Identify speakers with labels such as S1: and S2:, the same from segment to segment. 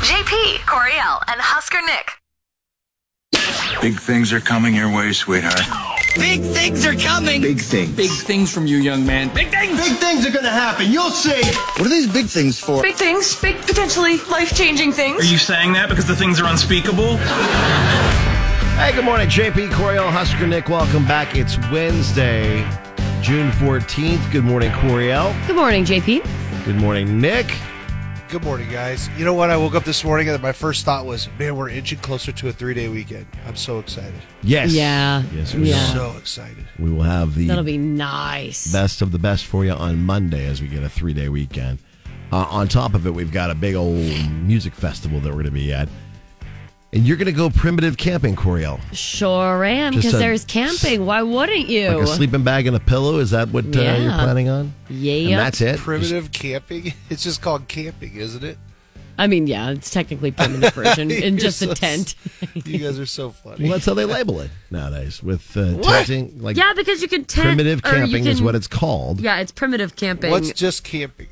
S1: JP, Coriel, and Husker Nick.
S2: Big things are coming your way, sweetheart.
S3: Big things are coming.
S4: Big things.
S5: Big things from you, young man. Big things!
S4: Big things are gonna happen. You'll see. What are these big things for?
S6: Big things, big potentially life-changing things.
S7: Are you saying that because the things are unspeakable?
S4: Hey, good morning, JP Coriel, Husker Nick. Welcome back. It's Wednesday, June 14th. Good morning, Coriel.
S8: Good morning, JP.
S4: Good morning, Nick.
S9: Good morning, guys. You know what? I woke up this morning and my first thought was, man, we're inching closer to a three day weekend. I'm so excited.
S4: Yes.
S8: Yeah.
S4: Yes, we
S8: Yeah.
S4: will.
S9: So excited.
S4: We will have the
S8: That'll be nice.
S4: best of the best for you on Monday as we get a three day weekend. Uh, on top of it, we've got a big old music festival that we're going to be at. And you're going to go primitive camping, Coriel.
S8: sure am,
S4: Just
S8: because
S4: a-
S8: there's camping. Why wouldn't you?
S4: Like a sleeping bag and a pillow. Is that what uh, you're
S8: Yeah.
S4: planning on? And
S8: yeah.
S4: that's it.
S9: Primitive camping? It's just called camping, isn't it?
S8: I mean, yeah, it's technically primitive version in just a
S9: You're so-
S8: tent.
S9: You guys are so funny.
S4: Well, that's how they label it nowadays with uh,
S9: What?
S4: tenting. Like
S8: Yeah, because you can tent.
S4: primitive
S8: or you
S4: camping is
S8: can-
S4: what it's called.
S8: Yeah, it's primitive camping.
S9: What's just camping?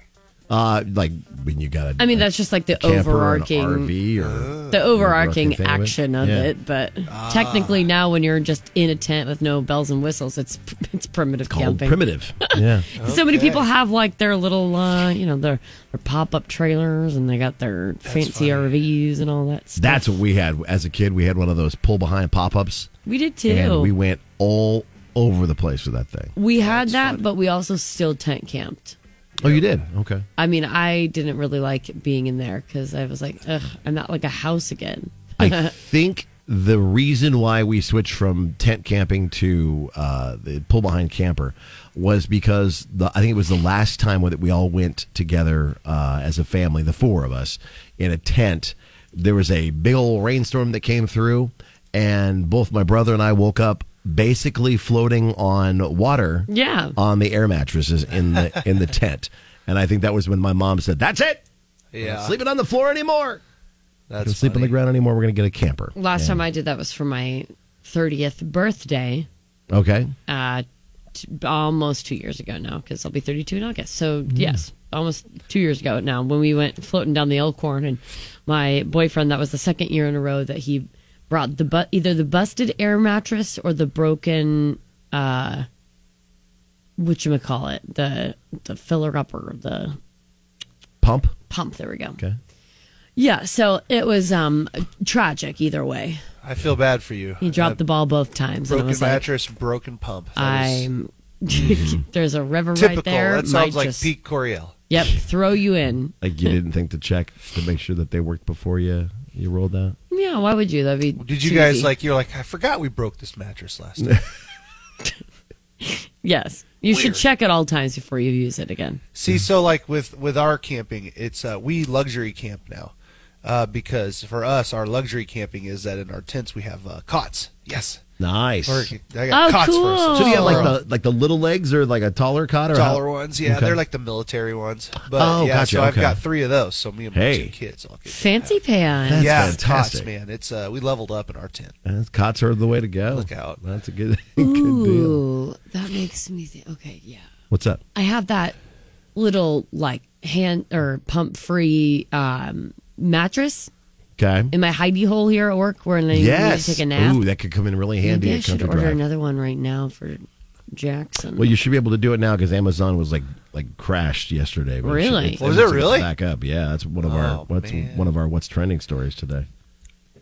S4: Uh, like when you got a.
S8: I mean, that's just like the
S4: camper or an
S8: overarching, Oh.
S4: RV or
S8: the overarching
S4: thing of it.
S8: action of
S4: Yeah.
S8: it. But technically, now when you're just in a tent with no bells and whistles, it's it's primitive
S4: called
S8: camping.
S4: primitive. Yeah.
S8: So many people have like their little, uh, you know, their their pop up trailers, and they got their fancy RVs and all that stuff.
S4: That's what we had as a kid. We had one of those pull behind pop ups,
S8: we did too.
S4: and we went all over the place with that thing.
S8: We had that, but we also still tent camped.
S4: Oh, you did? Okay.
S8: I mean, I didn't really like being in there because I was like, ugh, I'm not like a house again.
S4: I think the reason why we switched from tent camping to uh, the pull behind camper was because the, I think it was the last time that we all went together uh, as a family, the four of us, in a tent. There was a big old rainstorm that came through, and both my brother and I woke up basically floating on water
S8: Yeah.
S4: on the air mattresses in the in the tent. And I think that was when my mom said, "That's it,
S9: Yeah.
S4: sleeping on the floor anymore."
S9: That's
S4: Don't sleep on the
S9: funny.
S4: ground anymore. We're gonna get a camper.
S8: Last time I did that was for my 30th birthday,
S4: Okay.
S8: uh, t- almost two years ago now because I'll be 32 in August. So, yes, almost two years ago now when we went floating down the Elkhorn and my boyfriend, that was the second year in a row that he brought the bu- either the busted air mattress or the broken uh whatchamacallit, the the filler upper, the
S4: Pump.
S8: pump. There we go.
S4: Okay.
S8: Yeah, so it was um tragic either way.
S9: I feel bad for you.
S8: He dropped the ball both times, and I
S9: broken
S8: was like,
S9: mattress, broken pump. That was
S8: "I'm." there's a river
S9: typical.
S8: right there.
S9: that sounds
S8: Might
S9: like
S8: just-
S9: Pete Coriel.
S8: Yep, throw you in.
S4: Like you didn't think to check to make sure that they worked before you you rolled out.
S8: Yeah, why would you? That'd be.
S9: Did you
S8: too
S9: guys
S8: easy.
S9: like? You're like, I forgot we broke this mattress last time.
S8: Yes, you should check at all times before you use it again.
S9: See, so like with with our camping, it's uh, we luxury camp now. Uh, because for us, our luxury camping is that in our tents we have uh, cots. Yes,
S4: Nice.
S9: Or- I got
S8: Oh,
S9: cots for
S8: cool.
S9: us.
S4: So do you have like
S9: Or, uh,
S4: the like the little legs or like a taller cot or how-
S9: dollar ones? Yeah,
S4: Okay.
S9: they're like the military ones. But
S4: Oh,
S9: yeah,
S4: gotcha,
S9: so I've
S4: okay.
S9: got three of those. So me and my
S4: Hey.
S9: two kids all get.
S8: Oh, Fancy pants.
S4: That's
S9: yeah,
S4: fantastic.
S9: cots, man. It's uh, we leveled up in our tent.
S4: Uh, cots are the way to go.
S9: Look out.
S4: That's a good, good deal.
S8: Ooh, that makes me think. Okay, yeah,
S4: What's up?
S8: I have that little like hand or pump free um, mattress
S4: Okay.
S8: in my hidey hole here at work, where I need
S4: Yes.
S8: to take a nap.
S4: Ooh, that could come in really handy
S8: Maybe I
S4: at
S8: should
S4: Country
S8: order
S4: Drive.
S8: another one right now for Jackson.
S4: Well, you should be able to do it now because Amazon was like like crashed yesterday. but should-
S8: Really?
S4: it's-
S9: Was it
S4: Amazon's
S9: really?
S4: back up? Yeah, that's one of
S9: Oh,
S4: our what's
S9: man.
S4: one of our what's trending stories today.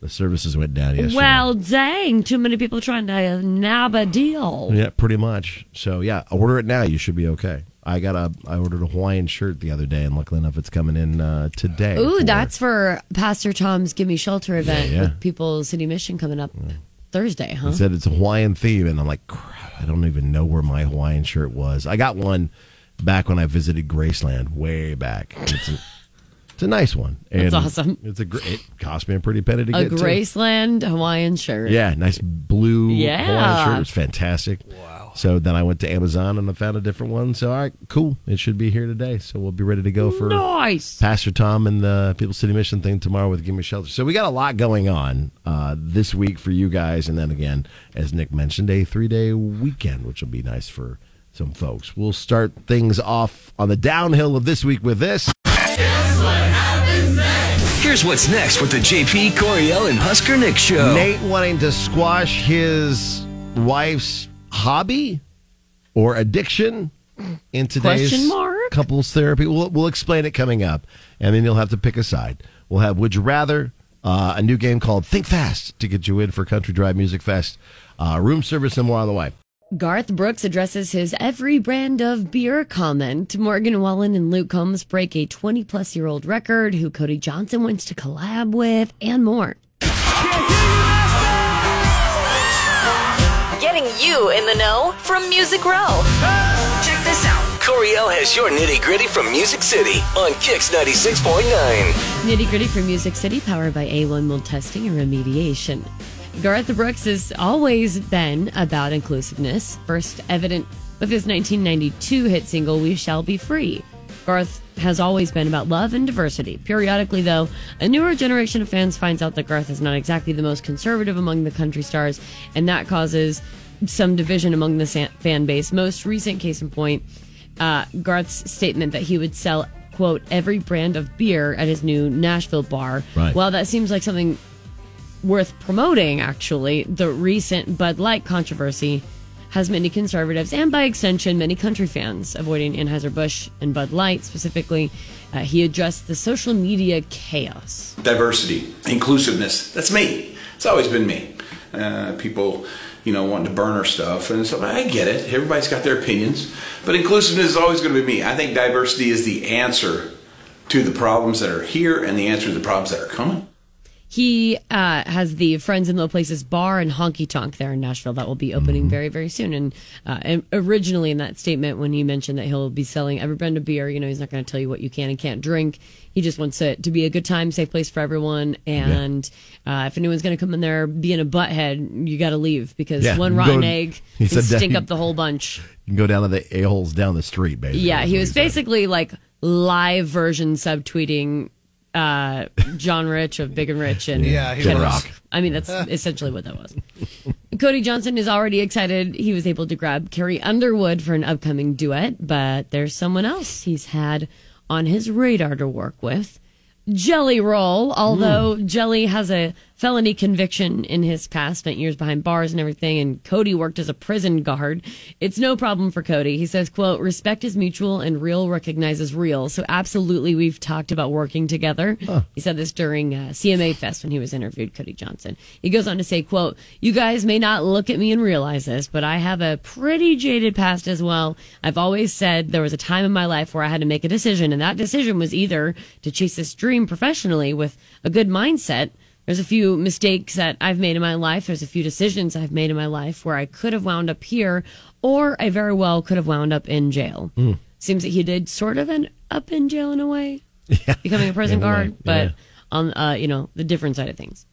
S4: The services went down yesterday.
S8: Well, dang, too many people trying to nab a deal.
S4: Yeah, pretty much. So yeah, order it now. You should be okay. I got a I ordered a Hawaiian shirt the other day, and luckily enough, it's coming in uh, today.
S8: Ooh,
S4: for-
S8: that's for Pastor Tom's Give Me Shelter event
S4: Yeah, yeah.
S8: with People City Mission coming up Thursday, huh?
S4: It said it's a Hawaiian theme, and I'm like, crap, I don't even know where my Hawaiian shirt was. I got one back when I visited Graceland, way back. It's a, it's a nice one.
S8: That's
S4: And
S8: awesome.
S4: It's a great. It cost me a pretty penny to
S8: a
S4: get too.
S8: Graceland Hawaiian shirt.
S4: Yeah, nice blue
S8: Yeah.
S4: Hawaiian shirt. It was fantastic. Wow. So then I went to Amazon and I found a different one. So all right, cool. It should be here today. So we'll be ready to go for
S8: Nice.
S4: Pastor Tom and the People City Mission thing tomorrow with Give Me Shelter. So we got a lot going on uh, this week for you guys, and then again, as Nick mentioned, a three-day weekend, which will be nice for some folks. We'll start things off on the downhill of this week with this.
S10: Here's what's next with the JP Coriel and Husker Nick show.
S4: Nate wanting to squash his wife's hobby or addiction in today's
S8: Question mark?
S4: couples therapy. We'll, we'll explain it coming up, and then you'll have to pick a side. We'll have Would You Rather, uh, a new game called Think Fast to get you in for Country Drive Music Fest, uh, room service, and more on the way.
S8: Garth Brooks addresses his every brand of beer comment. Morgan Wallen and Luke Combs break a 20 plus year old record, who Cody Johnson wants to collab with, and more.
S1: Getting you in the know from Music Row. Check this out.
S10: Coriel has your nitty gritty from Music City on Kix 96.9.
S8: Nitty gritty for Music City, powered by A1 Mold Testing and Remediation. Garth Brooks has always been about inclusiveness, first evident with his 1992 hit single, We Shall Be Free. Garth has always been about love and diversity. Periodically, though, a newer generation of fans finds out that Garth is not exactly the most conservative among the country stars, and that causes some division among the sa- fan base. Most recent case in point, uh, Garth's statement that he would sell, quote, every brand of beer at his new Nashville bar.
S4: Right.
S8: While that seems like something worth promoting, actually, the recent Bud Light controversy has many conservatives and, by extension, many country fans avoiding Anheuser-Busch and Bud Light specifically. Uh, he addressed the social media chaos.
S11: diversity, inclusiveness. That's me. It's always been me. Uh, people, you know, wanting to burn our stuff, and so I get it. Everybody's got their opinions, but inclusiveness is always going to be me. I think diversity is the answer to the problems that are here and the answer to the problems that are coming.
S8: He uh, has the Friends in Low Places bar and honky tonk there in Nashville that will be
S4: Mm-hmm.
S8: opening very, very soon. And, uh, and originally in that statement, when he mentioned that he'll be selling every brand of beer, you know, he's not going to tell you what you can and can't drink. He just wants it to be a good time, safe place for everyone. And uh, if anyone's going to come in there being a butthead, you got to leave because
S4: Yeah,
S8: one
S4: go-
S8: rotten egg
S4: he
S8: can
S4: said that
S8: stink
S4: he-
S8: up the whole bunch.
S4: You can go down to the a-holes down the street, basically.
S8: Yeah,
S4: is
S8: he
S4: what
S8: was
S4: said.
S8: basically like live version subtweeting uh, John Rich of Big and Rich and
S9: Yeah, he
S8: Kid
S9: was.
S8: Rock. I mean, that's essentially what that was. Cody Johnson is already excited. He was able to grab Carrie Underwood for an upcoming duet, but there's someone else he's had on his radar to work with. Jelly Roll, although Jelly has a felony conviction in his past, spent years behind bars and everything, and Cody worked as a prison guard. It's no problem for Cody. He says, quote, respect is mutual and real recognizes real. So absolutely, we've talked about working together. He said this during uh, CMA Fest when he was interviewed, Cody Johnson. He goes on to say, quote, you guys may not look at me and realize this, but I have a pretty jaded past as well. I've always said there was a time in my life where I had to make a decision, and that decision was either to chase this dream professionally with a good mindset. There's a few mistakes that I've made in my life. There's a few decisions I've made in my life where I could have wound up here, or I very well could have wound up in jail. Seems that he did sort of end up in jail in a way, becoming a prison
S4: in a way,
S8: guard, but
S4: yeah.
S8: on uh, you know the different side of things.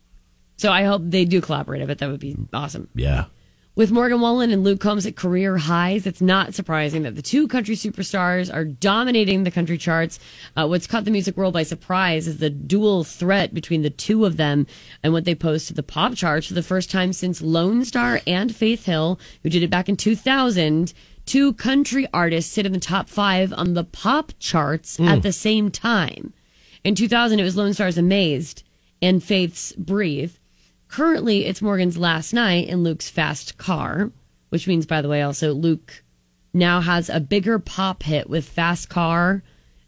S8: So I hope they do collaborate. I bet that would be awesome.
S4: Yeah.
S8: With Morgan Wallen and Luke Combs at career highs, it's not surprising that the two country superstars are dominating the country charts. Uh, what's caught the music world by surprise is the dual threat between the two of them and what they post to the pop charts for the first time since Lone Star and Faith Hill, who did it back in 2000. Two country artists sit in the top five on the pop charts at the same time. In 2000, it was Lone Star's Amazed and Faith's Breathe. Currently, it's Morgan's Last Night and Luke's Fast Car, which means, by the way, also Luke now has a bigger pop hit with Fast Car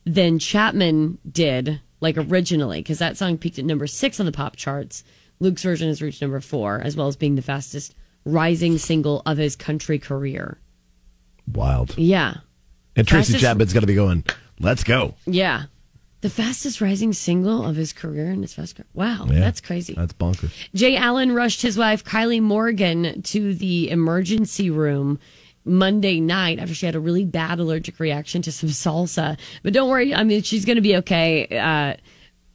S8: than Chapman did, like originally, because that song peaked at number six on the pop charts. Luke's version has reached number four, as well as being the fastest rising single of his country career.
S4: Wild.
S8: Yeah.
S4: And Tracy
S8: Fastest-
S4: Chapman's going to be going, let's go.
S8: Yeah. The fastest rising single of his career in his fast car. Wow,
S4: Yeah.
S8: that's crazy.
S4: That's bonkers.
S8: Jay Allen rushed his wife, Kylie Morgan, to the emergency room Monday night after she had a really bad allergic reaction to some salsa. But don't worry, I mean, she's going to be okay. Uh,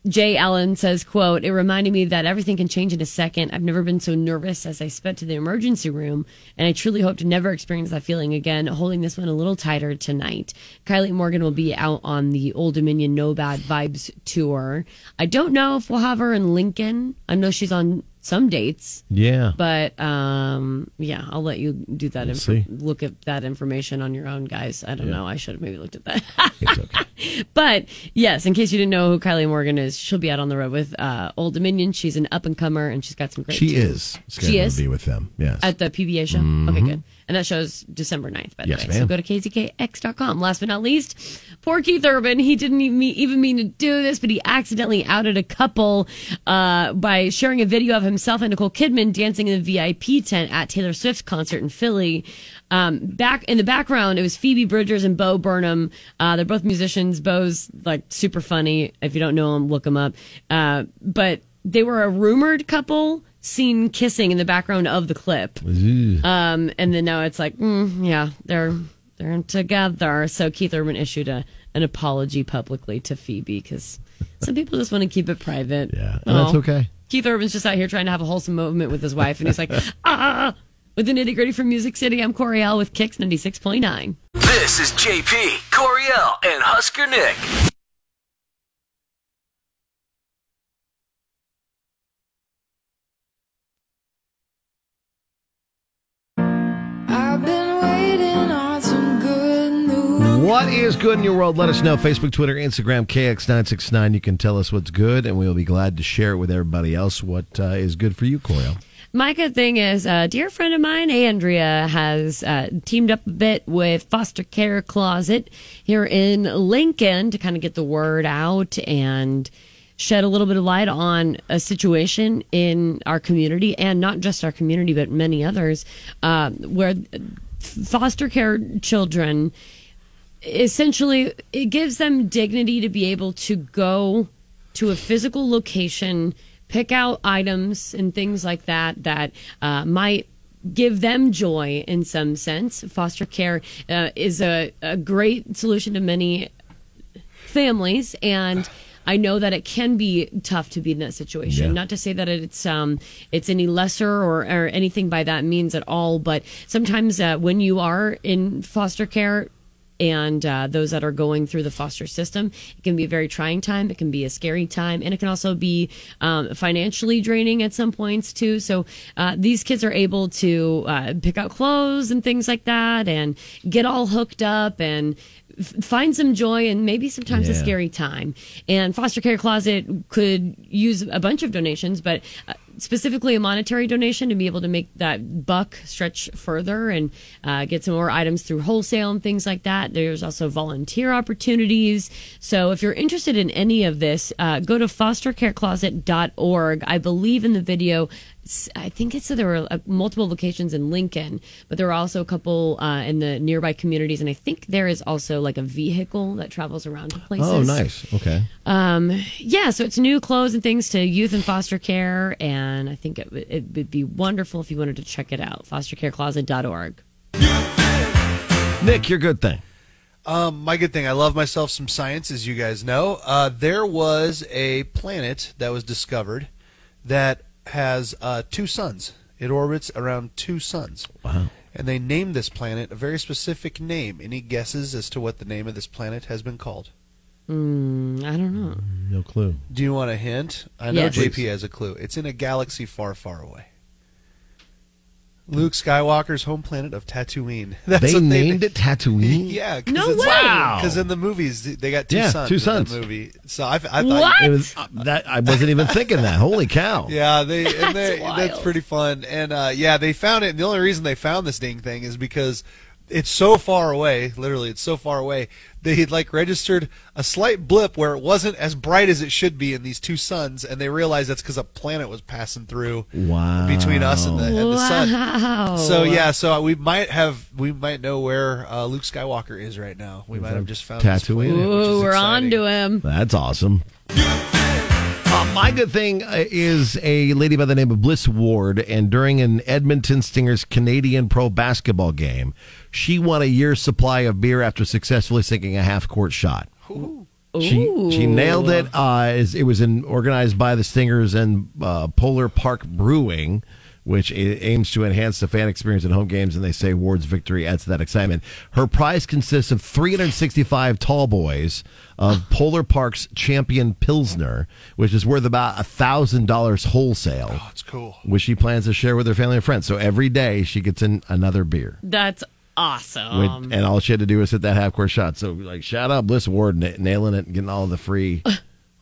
S8: Jay Allen says, quote, it reminded me that everything can change in a second. I've never been so nervous as I sped to the emergency room, and I truly hope to never experience that feeling again, holding this one a little tighter tonight. Kylie Morgan will be out on the Old Dominion No Bad Vibes tour. I don't know if we'll have her in Lincoln. I know she's on some dates.
S4: Yeah.
S8: But um, yeah, I'll let you do that.
S4: Let's
S8: Inf-
S4: see.
S8: look at that information on your own, guys. I don't
S4: Yeah.
S8: know. I should have maybe looked at that. but yes, in case you didn't know who Kylie Morgan is, she'll be out on the road with uh, Old Dominion. She's an up and comer, and she's got some great.
S4: She
S8: tunes.
S4: is scheduled
S8: She is
S4: to be with them. Yes.
S8: at the PBA show. Okay,
S4: Mhm.
S8: good. And that show's December 9th, by the
S4: Yes,
S8: way. So
S4: ma'am.
S8: go to kzkx.com. Last but not least, poor Keith Urban. He didn't even mean, even mean to do this, but he accidentally outed a couple uh, by sharing a video of himself and Nicole Kidman dancing in the VIP tent at Taylor Swift's concert in Philly. Um, back in the background, it was Phoebe Bridgers and Bo Burnham. Uh, they're both musicians. Bo's like super funny. If you don't know him, look him up. Uh, but they were a rumored couple seen kissing in the background of the clip.
S4: Ooh.
S8: Um, and then now it's like, mm, yeah, they're they're together. So Keith Urban issued a an apology publicly to Phoebe because some people just want to keep it private. Yeah,
S4: and that's okay.
S8: Keith Urban's just out here trying to have a wholesome moment with his wife, and he's like, ah. With the nitty gritty from Music City, I'm Coriel with Kicks ninety six point nine.
S10: This is JP, Coriel, and Husker Nick.
S12: I've been waiting on some good news.
S4: What is good in your world? Let us know. Facebook, Twitter, Instagram, KX969. You can tell us what's good, and we'll be glad to share it with everybody else. What uh, is good for you, Coriel?
S8: My good thing is, a dear friend of mine, Andrea, has uh, teamed up a bit with Foster Care Closet here in Lincoln to kind of get the word out and shed a little bit of light on a situation in our community and not just our community, but many others, uh, where foster care children essentially it gives them dignity to be able to go to a physical location pick out items and things like that that uh, might give them joy in some sense foster care uh, is a, a great solution to many families and I know that it can be tough to be in that situation.
S13: Yeah.
S8: Not to say that it's um it's any lesser or, or anything by that means at all, but sometimes uh, when you are in foster care and uh, those that are going through the foster system, it can be a very trying time. It can be a scary time, and it can also be um, financially draining at some points too. So uh, these kids are able to uh, pick out clothes and things like that, and get all hooked up and f- find some joy and maybe sometimes a
S13: Yeah.
S8: scary time. And Foster Care Closet could use a bunch of donations, but uh, specifically a monetary donation to be able to make that buck stretch further and uh, get some more items through wholesale and things like that. There's also volunteer opportunities. So if you're interested in any of this, uh, go to fostercarecloset.org. I believe in the video. s- I think it said there were uh, multiple locations in Lincoln, but there were also a couple uh, in the nearby communities, and I think there is also like a vehicle that travels around to places.
S4: Oh, nice. Okay.
S8: Um, yeah, so it's new clothes and things to youth and foster care, and I think it, would- it would be wonderful if you wanted to check it out. Fostercarecloset.org.
S4: Nick, your good thing.
S9: Um, my good thing. I love myself some science, as you guys know. Uh, there was a planet that was discovered that has uh, two suns. It orbits around two suns.
S4: Wow.
S9: And they named this planet a very specific name. Any guesses as to what the name of this planet has been called?
S8: Mm, I don't know.
S4: No clue.
S9: Do you want a hint? I know
S8: Yes.
S9: JP has a clue. It's in a galaxy far, far away. Luke Skywalker's home planet of Tatooine. That's
S4: they
S9: what they
S4: named it Tatooine?
S9: Yeah,
S4: No way. Wow.
S9: Because in the movies they got two
S4: Yeah,
S9: sons.
S4: two
S9: in the
S4: sons.
S9: movie. So I, I thought
S4: It was, uh, that, I wasn't even thinking that. Holy cow.
S9: yeah, they
S4: That's
S9: and they,
S4: wild.
S9: that's pretty fun. And uh, yeah, they found it. And the only reason they found this dang thing is because it's so far away. Literally, it's so far away. They had like registered a slight blip where it wasn't as bright as it should be in these two suns, and they realized that's because a planet was passing through
S4: Wow.
S9: between us and the, and the
S8: Wow.
S9: sun. So yeah, so we might have we might know where uh, Luke Skywalker is right now. We might have just found this
S4: Tatooine.
S9: planet, which is
S8: Ooh, we're
S9: exciting.
S8: on to him.
S4: That's awesome. Mm-hmm. Uh, my good thing uh, is a lady by the name of Bliss Ward, and during an Edmonton Stingers Canadian pro basketball game, she won a year's supply of beer after successfully sinking a half court shot. She, she nailed it. Uh, is- it was in, organized by the Stingers and uh, Polar Park Brewing, which a- aims to enhance the fan experience at home games, and they say Ward's victory adds to that excitement. Her prize consists of 365 tall boys of Polar Park's Champion Pilsner, which is worth about $1,000 wholesale. Oh,
S9: it's cool.
S4: Which she plans to share with her family and friends. So every day she gets in another beer.
S8: That's
S4: With-
S8: awesome.
S4: and all she had to do was hit that half court shot. So, like, shout out Bliss Ward na- nailing it and getting all the free.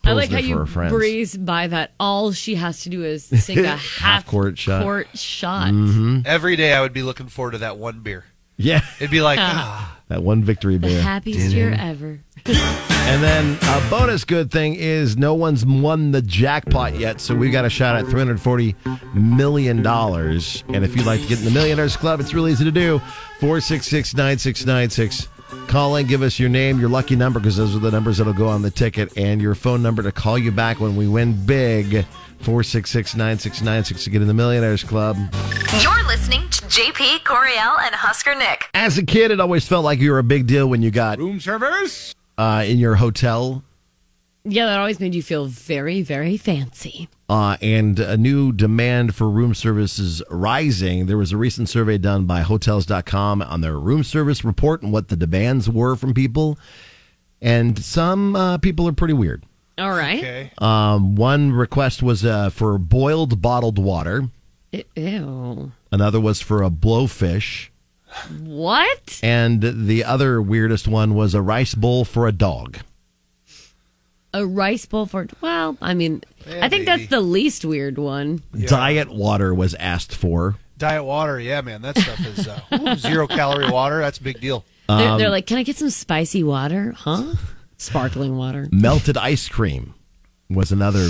S8: I like
S4: Pilsner
S8: how
S4: for
S8: you
S4: her friends.
S8: breeze by that. All she has to do is sink a half
S4: Half-court shot.
S8: court shot.
S4: Mhm.
S9: Every day I would be looking forward to that one beer.
S4: Yeah.
S9: It'd be like,
S8: Ah.
S9: ah.
S4: That one victory
S8: The
S4: beer.
S8: happiest year ever.
S4: And then a bonus good thing is no one's won the jackpot yet, so we got a shot at $340 million. And if you'd like to get in the Millionaires Club, it's really easy to do. 466 9696. Call in, give us your name, your lucky number, because those are the numbers that'll go on the ticket, and your phone number to call you back when we win big. 466 9696 to get in the Millionaires Club.
S1: You're listening to JP Coriel and Husker Nick.
S4: As a kid, it always felt like you were a big deal when you got room
S8: service?
S4: uh, in your hotel
S8: Yeah, that always made you feel very, very fancy.
S4: uh, and a new demand for room services rising. There was a recent survey done by Hotels.com on their room service report and what the demands were from people. And some uh, people are pretty weird.
S8: All right.
S4: Um, one request was uh, for boiled bottled water.
S8: E- Ew.
S4: Another was for a blowfish.
S8: What?
S4: And the other weirdest one was a rice bowl for a dog.
S8: A rice bowl for well, I mean, I think that's the least weird one.
S4: Diet water was asked for.
S9: Diet water, yeah, man. That stuff is uh, ooh, zero calorie water. That's a big deal.
S8: They're, they're
S4: Um,
S8: like, can I get some spicy water? Huh? Sparkling water.
S4: Melted ice cream was another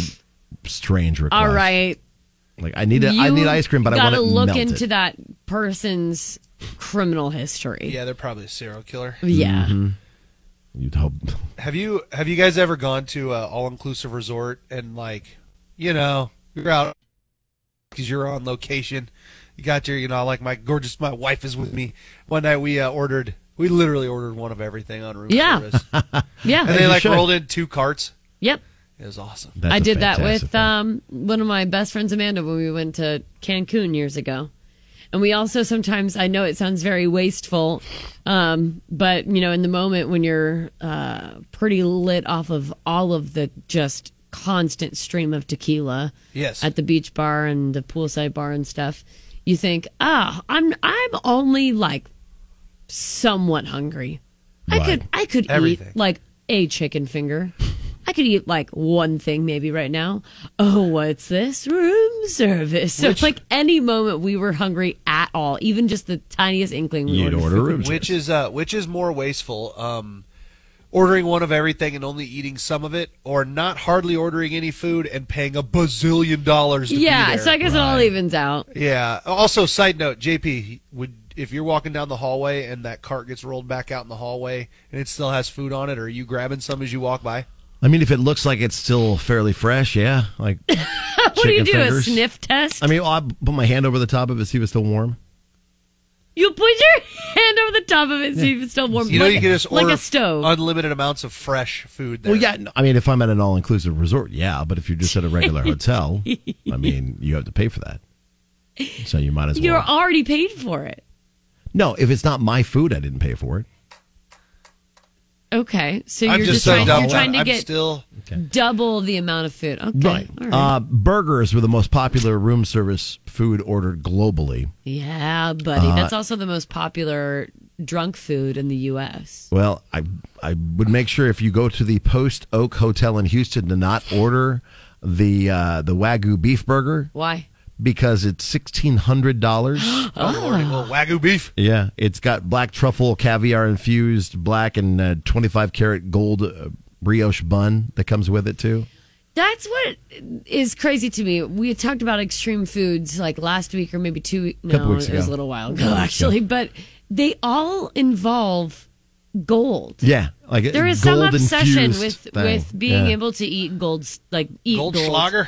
S4: strange request.
S8: All right.
S4: Like I need a, I
S8: You
S4: need ice cream, but I want
S8: gotta
S4: it
S8: look
S4: melted.
S8: into that person's criminal history.
S9: Yeah, they're probably a serial killer.
S8: Yeah.
S9: Mm-hmm.
S4: Mhm. You'd hope.
S9: Have you have you guys ever gone to an all inclusive resort and like, you know, you're out because you're on location. You got your, you know, like my gorgeous, my wife is with me. One night we uh, ordered, we literally ordered one of everything on room
S8: Yeah.
S9: service.
S8: Yeah.
S9: and they like rolled in two carts.
S8: Yep.
S9: It was awesome.
S8: I did that with um, one of my best friends, Amanda, when we went to Cancun years ago. And we also sometimes, I know it sounds very wasteful, um, but you know, in the moment when you're uh, pretty lit off of all of the just constant stream of tequila
S13: Yes.
S8: at the beach bar and the poolside bar and stuff, you think, ah, I'm I'm only like somewhat hungry. I could I could
S13: Everything.
S8: eat like a chicken finger. I could eat like one thing maybe right now. Oh, what's this? Room service. So it's like any moment we were hungry at all, even just the tiniest inkling. We ordered food.
S9: Which is uh, which is more wasteful? Um, ordering one of everything and only eating some of it, or not hardly ordering any food and paying a bazillion dollars. To be
S8: Yeah,
S9: there?
S8: so I guess it all evens out.
S9: Yeah. Also, side note, JP would if you're walking down the hallway and that cart gets rolled back out in the hallway and it still has food on it, are you grabbing some as you walk by?
S4: I mean, if it looks like it's still fairly fresh, yeah. Like,
S8: what do
S4: chicken
S8: you do?
S4: fingers.
S8: A sniff test?
S9: Um,
S4: I mean, I put my hand over the top of it, see if it's still warm.
S8: you put your hand over the top of it, see if it's still warm.
S9: You know,
S8: like,
S9: you can just order
S8: like a stove.
S9: unlimited amounts of fresh food. There.
S4: Well, yeah. no, I mean, if I'm at an all-inclusive resort, yeah. But if you're just at a regular hotel, I mean, you have to pay for that. So you might as well.
S8: You're already paid for it.
S4: No, if it's not my food, I didn't pay for it.
S8: Okay, so
S4: I'm
S8: you're
S4: just
S8: just,
S4: so
S8: trying,
S4: dumb.
S8: you're trying to
S4: I'm
S8: get
S9: still-
S8: double the amount of food. Okay,
S4: Right.
S8: all
S4: Uh, burgers were the most popular room service food ordered globally.
S8: Yeah, buddy.
S4: Uh,
S8: That's also the most popular drunk food in the U.S.
S4: Well, I I would make sure if you go to the Post Oak Hotel in Houston to not order the uh, the Wagyu beef burger
S8: Why?
S4: because it's sixteen hundred dollars.
S8: Ah.
S9: Oh, Lordy. Well, Wagyu beef.
S4: Yeah, it's got black truffle caviar infused black and uh, twenty five karat gold uh, brioche bun that comes with it too.
S8: That's what is crazy to me. We had talked about extreme foods like last week or maybe two weeks. No,
S4: Couple weeks
S8: it was
S4: ago.
S8: a little while
S4: Couple
S8: ago
S4: weeks
S8: actually,
S4: ago.
S8: but they all involve gold.
S4: Yeah, like
S8: There is some obsession with with being
S4: able.
S8: able to eat gold, like eat gold.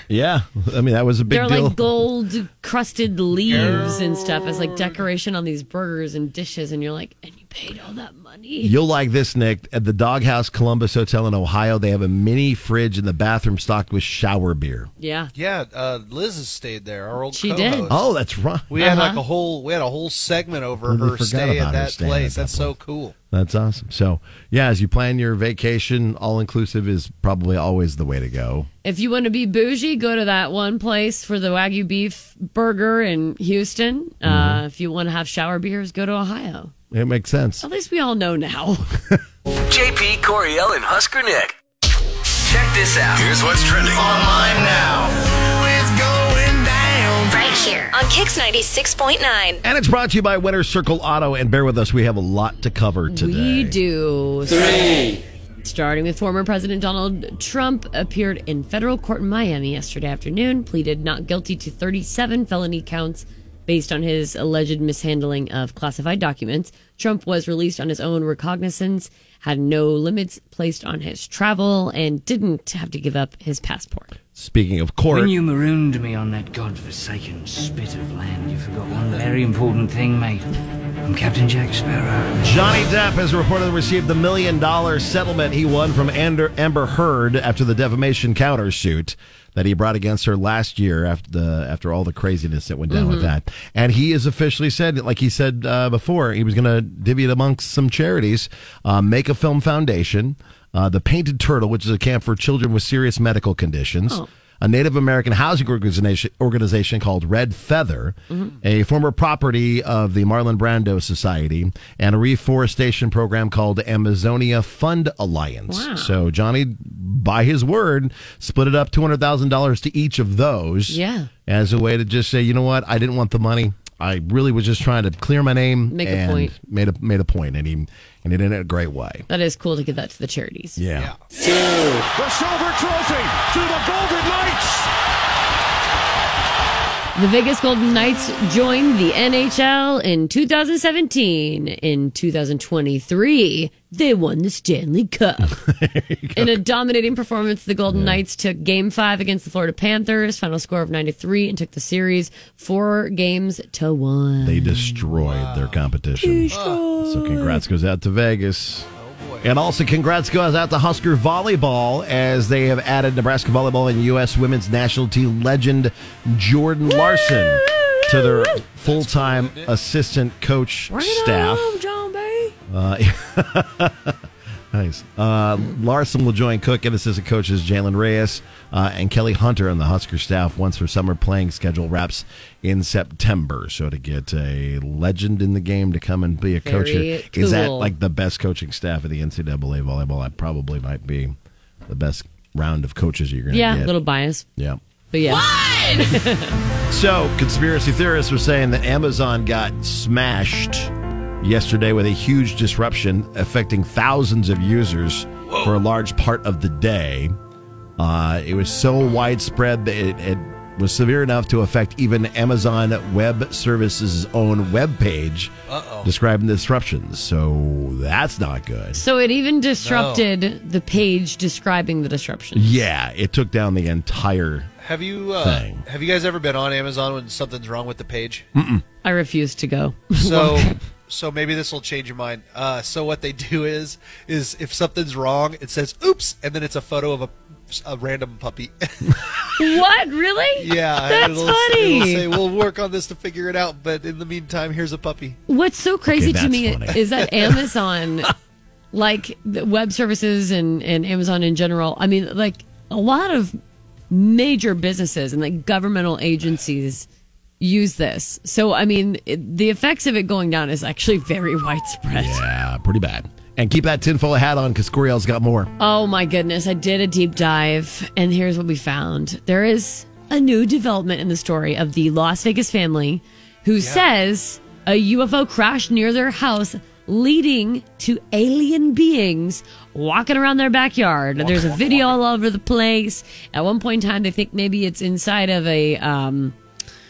S4: Yeah, I mean that was a big
S8: They're
S4: deal.
S8: like gold crusted leaves and stuff as like decoration on these burgers and dishes, and you're like, and you pay paid all that money.
S4: You'll like this, Nick. At the Doghouse Columbus Hotel in Ohio, they have a mini fridge in the bathroom stocked with shower beer.
S8: Yeah.
S9: Yeah. Uh, Liz has stayed there. Our old
S8: She
S9: co-host.
S8: did. Uh-huh.
S4: Oh, that's right.
S9: We had like a whole we had a whole segment over
S4: Totally
S9: her
S4: forgot
S9: stay
S4: about
S9: at
S4: her
S9: that
S4: staying at
S9: place.
S4: that
S9: That's so cool.
S4: That's awesome. So, yeah, as you plan your vacation, all inclusive is probably always the way to go.
S8: If you want to be bougie, go to that one place for the Wagyu beef burger in Houston.
S4: Mm-hmm.
S8: Uh, if you want to have shower beers, go to Ohio.
S4: It makes sense.
S8: At least we all know now.
S10: JP Coriel and Husker Nick. Check this out. Here's what's trending
S1: Online
S10: now.
S1: It's going down. Right here on Kix 96.9.
S4: And it's brought to you by Winter Circle Auto. And bear with us, we have a lot to cover today.
S8: We do.
S4: Three.
S8: Starting with former President Donald Trump appeared in federal court in Miami yesterday afternoon, pleaded not guilty to 37 felony counts based on his alleged mishandling of classified documents. Trump was released on his own recognizance, had no limits placed on his travel, and didn't have to give up his passport.
S4: Speaking of court,
S13: When you marooned me on that godforsaken spit of land, you forgot one very important thing, mate. I'm Captain Jack Sparrow.
S4: Johnny Depp has reportedly received the million dollar settlement he won from Ander, Amber Heard after the defamation countersuit that he brought against her last year after the, after all the craziness that went down with
S14: Mhm.
S4: that. And he has officially said, like he said uh, before, he was going to divvy it amongst some charities, uh, make a film foundation, uh, the Painted Turtle, which is a camp for children with serious medical conditions.
S14: Oh.
S4: A Native American housing organization, organization called Red Feather,
S8: Mm-hmm.
S4: a former property of the Marlon Brando Society, and a reforestation program called Amazonia Fund Alliance. So Johnny, by his word, split it up two hundred thousand dollars to each of those.
S8: Yeah.
S4: as a way to just say, you know what, I didn't want the money. I really was just trying to clear my name.
S8: Make a
S4: and
S8: point.
S4: Made a made a point, and he and he did it in a great way.
S8: That is cool to give that to the charities.
S4: Yeah.
S15: The silver trophy to the Golden Knights.
S8: The Vegas Golden Knights joined the NHL in 2017. In 2023, they won the Stanley Cup. in a dominating performance, the Golden Knights took game five against the Florida Panthers, final score of 93, and took the series four games to one.
S4: They destroyed their competition. So congrats goes out to Vegas. And also congrats goes out to Husker Volleyball as they have added Nebraska Volleyball and U.S. Women's National Team legend Jordan Larson to their full-time assistant coach staff.
S8: John B.
S4: Uh, nice. Uh, Larson will join Cook and assistant coaches Jalen Reyes uh, and Kelly Hunter on the Husker staff once her summer playing schedule wraps in September. So to get a legend in the game to come and be a coach
S14: Very
S4: here, is that
S14: cool.
S4: like the best coaching staff of the NCAA volleyball? That probably might be the best round of coaches you're going to
S8: Yeah,
S4: get.
S8: a little bias.
S4: yeah.
S8: But yeah.
S4: So, conspiracy theorists were saying that Amazon got smashed yesterday with a huge disruption affecting thousands of users for a large part of the day. Uh, it was so widespread that it, it was severe enough to affect even Amazon Web Services' own web page,
S8: Uh-oh.
S4: describing the disruptions. So that's not good.
S8: So it even disrupted the page describing the disruption.
S4: Yeah, it took down the entire.
S9: Have you uh,
S4: Thing.
S9: have you guys ever been on Amazon when something's wrong with the page?
S4: Mm-mm.
S8: I refuse to go.
S9: So so maybe this will change your mind. Uh, so what they do is is if something's wrong, it says "oops," and then it's a photo of a, a random puppy.
S8: what? Really?
S9: yeah,
S8: That's
S9: it'll,
S8: funny.
S9: It'll say we'll work on this to figure it out, but in the meantime, here's a puppy.
S8: What's so crazy
S9: Okay,
S8: to
S9: that's
S8: me
S9: funny.
S8: is that Amazon, like the web services and, and Amazon in general, I mean, like a lot of major businesses and like governmental agencies use this. So, I mean, it, the effects of it going down is actually very widespread.
S4: Yeah, pretty bad. And keep that tinfoil hat on because Coriel's got more.
S8: Oh my goodness. I did a deep dive, and here's what we found. There is a new development in the story of the Las Vegas family who says a UFO crashed near their house, leading to alien beings walking around their backyard. There's a video all over the place. At one point in time, they think maybe it's inside of a. Um,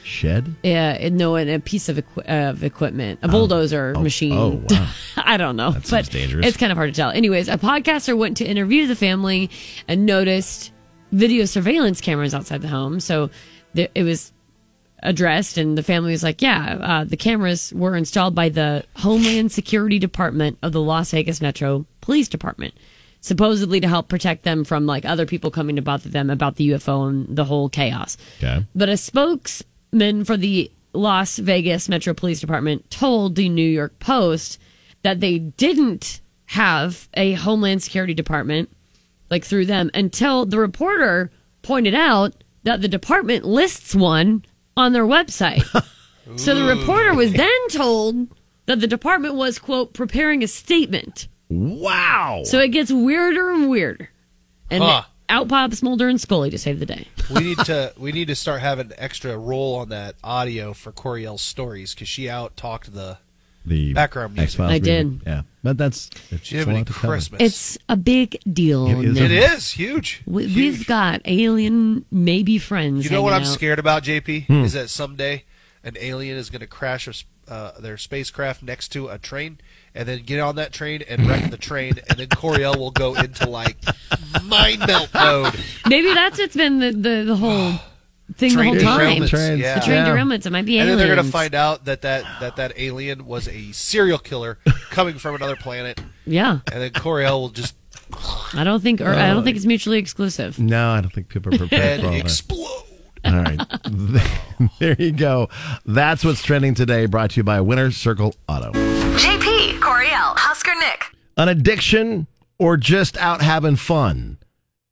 S4: Shed?
S8: yeah, no, and a piece of equi- of equipment, a bulldozer machine.
S4: oh, wow.
S8: I don't know, but
S4: dangerous.
S8: it's kind of hard to tell. Anyways, a podcaster went to interview the family and noticed video surveillance cameras outside the home. So th- it was uh, addressed, and the family was like, "Yeah, uh, the cameras were installed by the Homeland Security Department of the Las Vegas Metro Police Department, supposedly to help protect them from like other people coming to bother them about the UFO and the whole chaos."
S14: Okay.
S8: But a spokesman for the Las Vegas Metro Police Department told the New York Post that they didn't have a Homeland Security Department, like through them, until the reporter pointed out that the department lists one on their website. so the reporter was then told that the department was, quote, preparing a statement.
S4: Wow.
S8: So it gets weirder and weirder. And
S9: Huh.
S8: out pops Mulder and Scully to save the day.
S9: we need to we need to start having an extra roll on that audio for Coriel's stories because she out talked the
S4: the
S9: background music.
S4: X-Files
S8: I
S4: movie.
S8: did.
S4: Yeah, but that's it's
S9: Jiminy
S4: a lot to cover.
S9: Christmas.
S8: It's a big deal.
S4: It is.
S8: Nick.
S9: It is huge.
S8: We, We've got alien maybe friends.
S9: You know what I'm
S8: hanging out.
S9: scared about, JP?
S4: Hmm.
S9: Is that someday an alien is going to crash a s uh, their spacecraft next to a train and then get on that train and wreck the train, and then Coriel will go into like mind melt mode.
S8: Maybe that's what's been the, the, the whole thing
S9: Train
S8: the whole time.
S9: derailments, yeah.
S8: The train
S9: Yeah.
S8: derailments. It might be
S9: and
S8: aliens.
S9: then they're going to find out that that, that that alien was a serial killer coming from another planet,
S8: Yeah,
S9: and then Coriel will just
S8: I don't think or I
S4: Oh.
S8: don't
S9: Uh,
S8: think it's mutually exclusive.
S9: um,
S4: No, I don't think people are
S9: and
S4: prepared for all that.
S9: explode.
S4: All right. there you go. That's what's trending today, brought to you by Winter Circle Auto.
S1: JP, Coriel, Husker Nick.
S4: An addiction or just out having fun?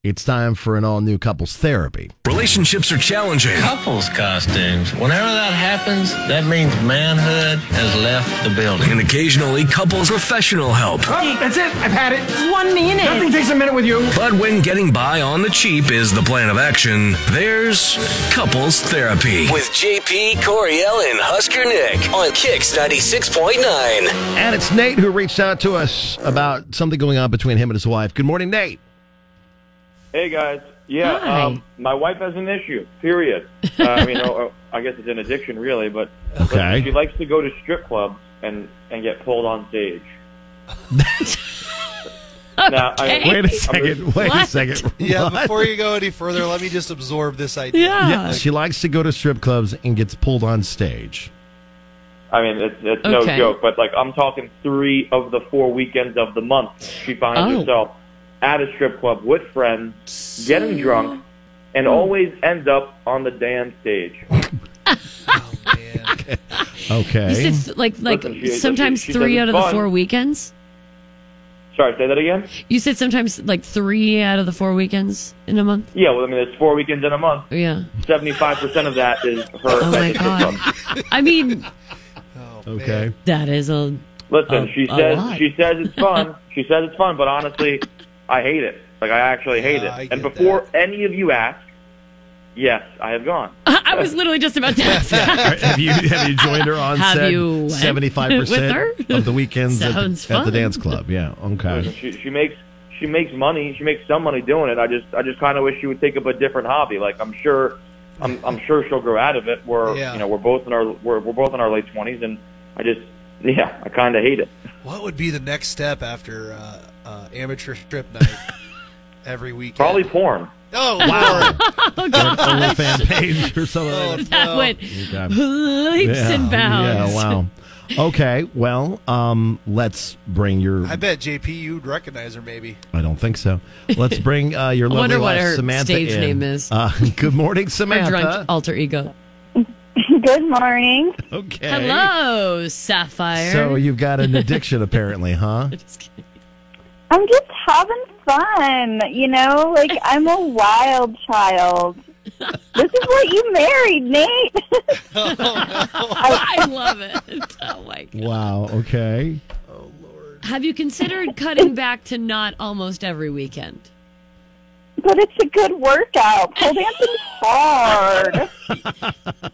S4: It's time for an all new couples therapy.
S10: Relationships are challenging.
S16: Couples costumes. Whenever that happens, that means manhood has left the building.
S10: And occasionally, couples professional help.
S5: Oh, that's it. I've had it. One minute. Nothing takes a minute with you.
S10: But when getting by on the cheap is the plan of action, there's couples therapy.
S17: With JP, Coriel, and Husker Nick on Kicks 96.9.
S4: And it's Nate who reached out to us about something going on between him and his wife. Good morning, Nate.
S18: Hey guys, yeah,
S4: Hi.
S18: um, my wife has an issue. Period. Uh, I mean, oh, I guess it's an addiction, really, but, but
S4: Okay.
S18: she likes to go to strip clubs and and get pulled on stage. now,
S4: Okay. Wait a second, wait a What? second.
S9: Yeah,
S4: What?
S9: before you go any further, let me just absorb this idea.
S4: She likes to go to strip clubs and gets pulled on stage.
S18: I mean, it's, it's
S4: Okay.
S18: no joke, but like I'm talking three of the four weekends of the month, she finds
S4: Oh.
S18: herself at a strip club with friends, getting drunk, and always ends up on the damn stage.
S4: Okay.
S8: You said like like
S18: Listen, she-
S8: sometimes
S18: she- she
S8: three
S18: says
S8: out of
S18: it's
S8: the
S18: fun.
S8: four weekends.
S18: Sorry, say that again.
S8: You said sometimes like three out of the four weekends in a month.
S18: Yeah, well, I mean, there's four weekends in a month.
S8: Yeah.
S18: Seventy-five percent of that is her.
S8: Oh my god. I mean,
S4: Okay.
S8: that is a
S18: Listen,
S8: a-
S18: she
S8: a
S18: says
S8: lot.
S18: she says it's fun. she says it's fun, but honestly, I hate it. Like I actually hate
S8: Yeah, I
S18: it.
S8: get
S18: And before any of you ask, yes, I have gone.
S8: I was literally just about to ask that.
S4: have you have you joined her on
S8: Have you went
S4: seventy five percent
S8: with her?
S4: of the weekends at
S18: Sounds
S4: the, at the
S18: fun.
S4: dance club? Yeah. Okay.
S18: She she makes she makes money. She makes some money doing it. I just I just kind of wish she would take up a different hobby. Like I'm sure, I'm I'm sure she'll grow out of it. We're
S9: Yeah.
S18: you know we're both in our we're we're both in our late twenties, and I just yeah I kind of hate it.
S9: What would be the next step after uh, uh, amateur strip night every weekend?
S18: Probably porn.
S9: Oh,
S4: Wow.
S9: Lord.
S8: Oh,
S4: Or
S8: God.
S4: an OnlyFans page or something. like
S8: that went
S4: Okay.
S8: leaps and bounds.
S4: Yeah, wow. Okay, well, um, let's bring your.
S9: I bet JP you'd recognize her maybe.
S4: I don't think so. Let's bring uh, your
S8: I
S4: lovely
S8: wonder what
S4: wife,
S8: her
S4: Samantha.
S8: stage
S4: in.
S8: name is.
S4: Uh, good morning,
S8: Her
S4: Samantha.
S8: drunk alter ego.
S19: Good morning.
S4: Okay.
S8: Oh, Hello, Sapphire.
S4: So you've got an addiction, apparently, huh?
S19: I'm just having fun, you know? Like, I'm a wild child. This is what you married, Nate.
S8: Oh, I, love it. Oh my.
S4: Wow. Okay.
S8: Have you considered cutting back to not almost every weekend?
S19: But it's a good workout. Oh, Pole dancing's hard.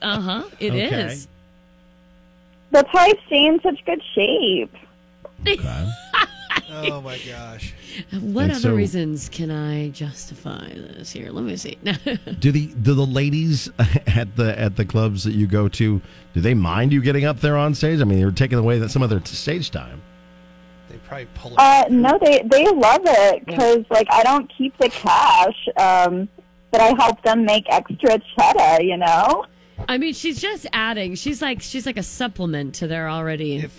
S8: Uh huh. It is.
S19: Okay. That's how I stay in such good shape.
S9: Oh my gosh.
S8: What
S4: And
S8: other
S4: so-
S8: reasons can I justify this here? Let me see.
S4: Do the do the ladies at the at the clubs that you go to do they mind you getting up there on stage? I mean, you're taking away that some of their t- stage time.
S9: They probably pull
S19: Uh, no, they, they love it because, like, I don't keep the cash, um, but I help them make extra cheddar, you know?
S8: I mean, she's just adding. She's like she's like a supplement to their already.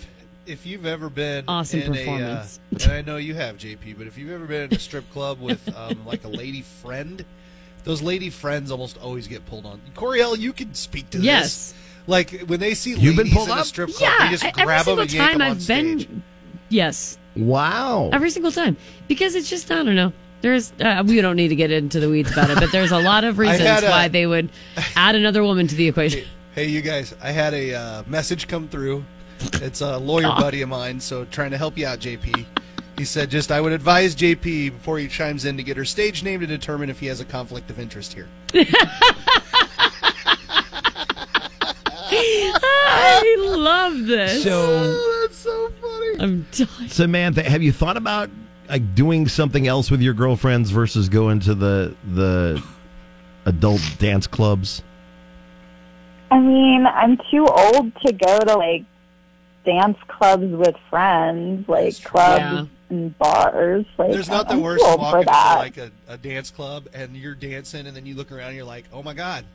S9: If you've ever been
S8: Awesome
S9: in
S8: performance.
S9: a, uh, and I know you have JP, but if you've ever been in a strip club with um, like a lady friend, those lady friends almost always get pulled on. Coriel, you can speak to
S8: Yes.
S9: this. Like when they see
S4: You've been
S9: ladies
S4: pulled
S9: in a
S4: up?
S9: strip club,
S8: yeah,
S9: they just
S8: e-
S9: grab
S8: every
S9: them
S8: single
S9: and yank
S8: time
S9: them
S8: I've
S9: on stage.
S8: been. Yes,
S4: Wow.
S8: every single time because it's just I don't know. There's uh, we don't need to get into the weeds about it, but there's a lot of
S9: I
S8: reasons
S9: had a-
S8: why they would add another woman to the equation.
S9: Hey, you guys, I had a uh, message come through. It's a lawyer
S19: Ah.
S8: Aw.
S9: buddy of mine, so trying to help you out, JP. He said, just I would advise JP before he chimes in to get her stage name to determine if he has a conflict of interest here.
S8: I love this.
S4: So-
S9: That's so funny.
S8: I'm dying.
S4: Samantha, have you thought about like doing something else with your girlfriends versus going to the the adult dance clubs?
S19: I mean, I'm too old to go to like dance clubs with friends, like clubs and bars. Like,
S9: There's nothing
S19: I'm
S9: worse
S19: too
S9: than
S19: old for
S9: walking to
S19: that.
S9: like a, a dance club and you're dancing and then you look around and you're like, oh my god,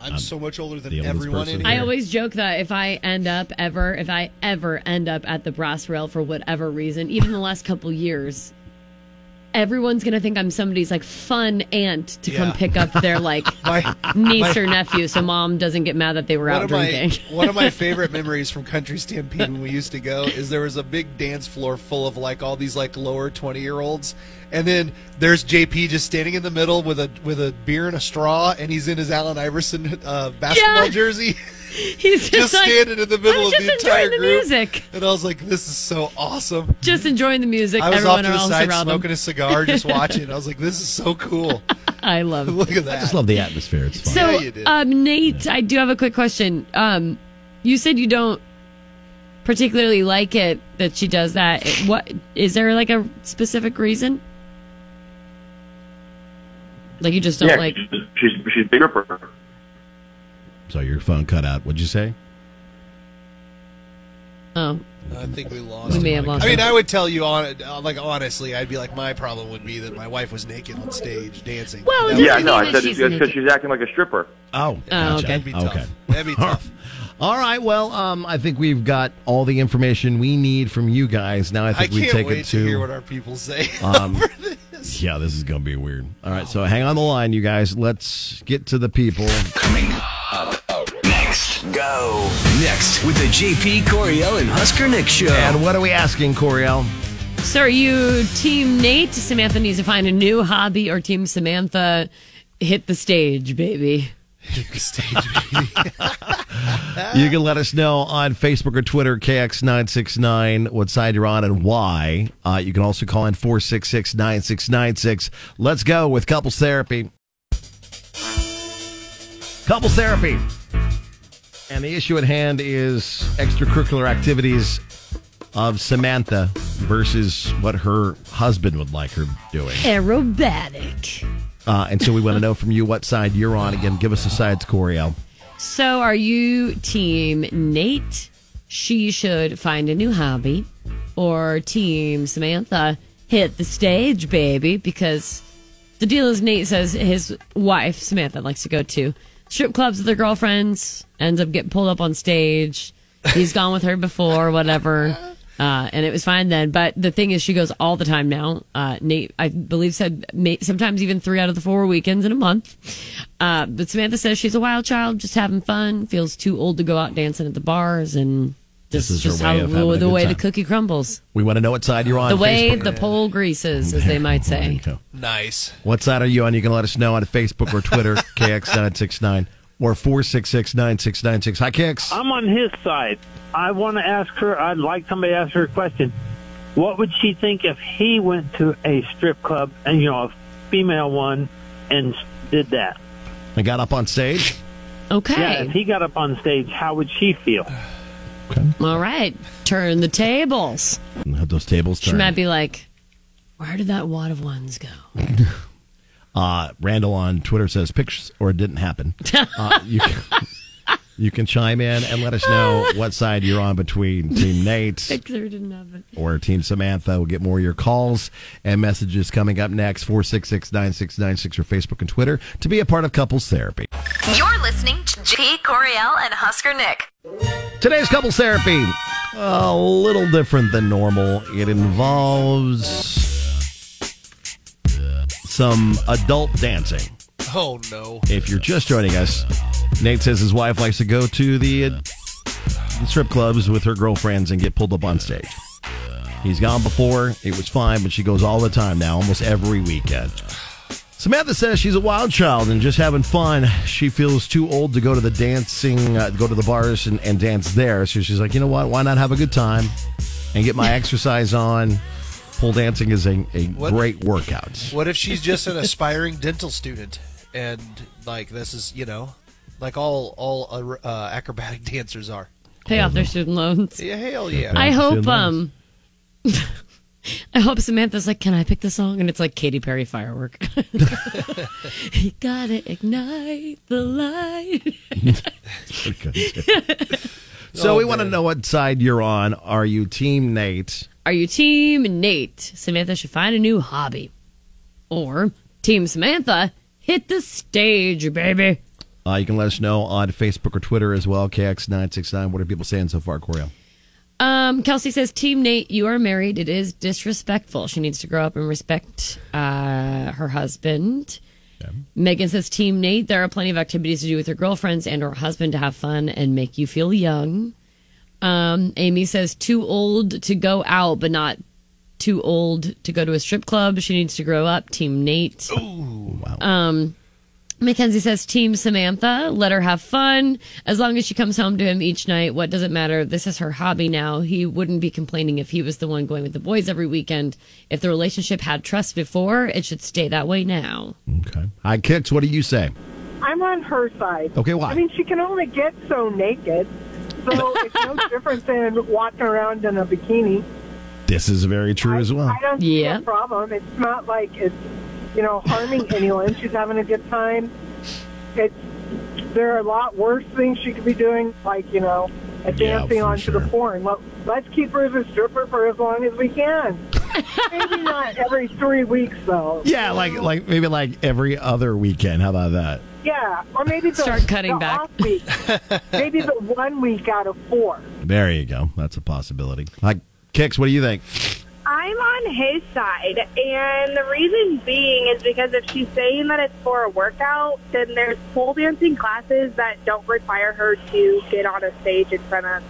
S9: I'm, so much older than
S4: oldest
S9: everyone in
S4: person
S9: here.
S8: I always joke that if I end up ever, if I ever end up at the brass rail for whatever reason, even the last couple years, everyone's gonna think I'm somebody's like fun aunt to
S9: Yeah.
S8: come pick up their like
S9: My-
S8: niece
S9: my-
S8: or nephew, so mom doesn't get mad that they were
S9: one
S8: out
S9: of my
S8: drinking.
S9: one of my favorite memories from Country Stampede when we used to go is there was a big dance floor full of like all these like lower twenty year olds, and then there's JP just standing in the middle with a with a beer and a straw, and he's in his Allen Iverson uh, basketball
S8: Yeah.
S9: jersey.
S8: He's just,
S9: just
S8: like,
S9: standing in the middle
S8: "I'm
S9: of
S8: just
S9: the entire
S8: enjoying the
S9: group.
S8: music."
S9: And I was like, "This is so awesome."
S8: just enjoying the music.
S9: I was off
S8: everyone
S9: to the
S8: else
S9: side
S8: around
S9: smoking
S8: them.
S9: a cigar, just watching. I was like, "This is so cool."
S8: I love. it.
S9: Look at that.
S4: I just love the atmosphere. It's fun.
S8: So,
S9: Yeah, you did.
S8: um, Nate, I do have a quick question. Um, you said you don't particularly like it that she does that. It- What is there like a specific reason? Like you just don't
S18: yeah,
S8: like?
S18: she's she's bigger for her.
S4: So your phone cut out. What'd you say?
S8: Oh,
S9: I think we lost.
S8: We may
S9: him.
S8: have lost
S9: I mean,
S8: him.
S9: I would tell you on uh, like honestly, I'd be like, my problem would be that my wife was naked on stage dancing.
S8: Well,
S9: That
S8: it
S9: would
S18: Yeah,
S9: be-
S18: no, I
S8: that
S18: said
S8: she's
S18: it's because
S8: naked.
S18: she's acting like a stripper.
S4: Oh, gotcha.
S8: okay.
S9: That'd be tough.
S4: Okay.
S9: That'd be tough.
S4: All right. Well, um, I think we've got all the information we need from you guys. Now I
S9: I
S4: think we
S9: can't
S4: take
S9: wait
S4: it
S9: to, hear what our people say.
S4: Um,
S9: over this.
S4: yeah, this is gonna be weird. All right, so hang on the line, you guys. Let's get to the people.
S17: Next. Go. Next with the JP Coriel and Husker Nick show.
S4: And what are we asking, Coriel?
S8: So, are you team Nate? Samantha needs to find a new hobby, or team Samantha hit the stage, baby.
S4: You can let us know on Facebook or Twitter, KX969, what side you're on and why. Uh, you can also call in 466 9696. Let's go with couples therapy. Couples therapy. And the issue at hand is extracurricular activities of Samantha versus what her husband would like her doing.
S8: Aerobatic.
S4: Uh, and so we want to know from you what side you're on. Again, give us the sides, Coriel.
S8: So, are you team Nate? She should find a new hobby, or team Samantha? Hit the stage, baby, because the deal is Nate says his wife Samantha likes to go to strip clubs with her girlfriends. Ends up getting pulled up on stage. He's gone with her before, whatever. Uh, and it was fine then, but the thing is, she goes all the time now. Uh, Nate, I believe, said ma- sometimes even three out of the four weekends in a month. Uh, but Samantha says she's a wild child, just having fun, feels too old to go out dancing at the bars, and
S4: This
S8: this
S4: is
S8: is
S4: her
S8: just
S4: way
S8: how
S4: of having a
S8: the
S4: good
S8: way the
S4: time.
S8: cookie crumbles,
S4: We want to know what side you're on.
S8: the way
S4: Facebook.
S8: the pole greases, as they might
S4: There you
S8: say.
S4: go.
S9: nice.
S4: What side are you on? You can let us know on Facebook or Twitter, KX969 or 466 9696. Hi, KX.
S8: Uh-huh.
S14: I'm on his side. I want to ask her. I'd like somebody to ask her a question. What would she think if he went to a strip club and you know a female one and did that?
S4: I got up on stage.
S14: Yeah,
S8: Okay,
S14: if he got up on stage, how would she feel?
S8: all right, turn the tables.
S4: And Have those tables
S8: She might
S4: turned.
S8: be like, "Where did that wad of ones go?"
S4: Uh, Randall on Twitter says pictures or it didn't happen. Uh, you, can, you can chime in and let us know what side you're on between Team Nate
S8: Picture didn't have it.
S4: or Team Samantha. We'll get more of your calls and messages coming up next 466 9696 or Facebook and Twitter to be a part of couples therapy.
S1: You're listening to J.P. Coriel and Husker Nick.
S4: Today's couples therapy, a little different than normal. It involves some adult dancing.
S9: Oh no.
S4: If you're just joining us, Nate says his wife likes to go to the, uh, the strip clubs with her girlfriends and get pulled up on stage. He's gone before, it was fine, but she goes all the time now, almost every weekend. Samantha says she's a wild child and just having fun. She feels too old to go to the dancing, uh, go to the bars and, and dance there. So she's like, you know what? Why not have a good time and get my exercise on? Pole dancing is a, a
S9: What-
S4: great workout.
S9: What if she's just an aspiring dental student and like this is you know like all all uh, acrobatic dancers are.
S8: Pay off their student loans.
S9: Yeah, hell yeah.
S8: I
S9: Yeah,
S8: hope
S9: student loans.
S8: um I hope Samantha's like, Can I pick the song? And it's like Katy Perry firework. you gotta ignite the light.
S4: so we want to know what side you're on. Are you Team Nate?
S8: Are you team Nate? Samantha should find a new hobby. Or Team Samantha, hit the stage, baby.
S4: Uh, you can let us know on Facebook or Twitter as well. KX969. What are people saying so far, Coriel?
S8: Um, Kelsey says, Team Nate, you are married. It is disrespectful. She needs to grow up and respect uh, her husband. Megan says, Team Nate, there are plenty of activities to do with your girlfriends and or husband to have fun and make you feel young. Um, Amy says, too old to go out, but not too old to go to a strip club. She needs to grow up. Team Nate.
S4: wow.
S8: Um, Mackenzie says, Team Samantha, let her have fun. As long as she comes home to him each night, what does it matter? This is her hobby now. He wouldn't be complaining if he was the one going with the boys every weekend. If the relationship had trust before, it should stay that way now.
S4: Hi, Kix. What do you say?
S20: I'm on her side.
S4: Okay, why?
S20: I mean, she can only get so naked, so it's no different than walking around in a bikini.
S4: This is very true as well.
S20: I don't see a problem. It's not like it's you know harming anyone. She's having a good time. It's there are a lot worse things she could be doing, like you know, a dancing onto the porn. Let, let's keep her as a stripper for as long as we can. Maybe not every three weeks though.
S4: Yeah, like like maybe like every other weekend. How about that?
S20: Yeah, or maybe the,
S8: Start cutting
S20: the
S8: back.
S20: off week. maybe the one week out of four.
S4: There you go. That's a possibility. Hi, Kix. What do you think?
S21: I'm on his side, and the reason being is because if she's saying that it's for a workout, then there's pole dancing classes that don't require her to get on a stage in front of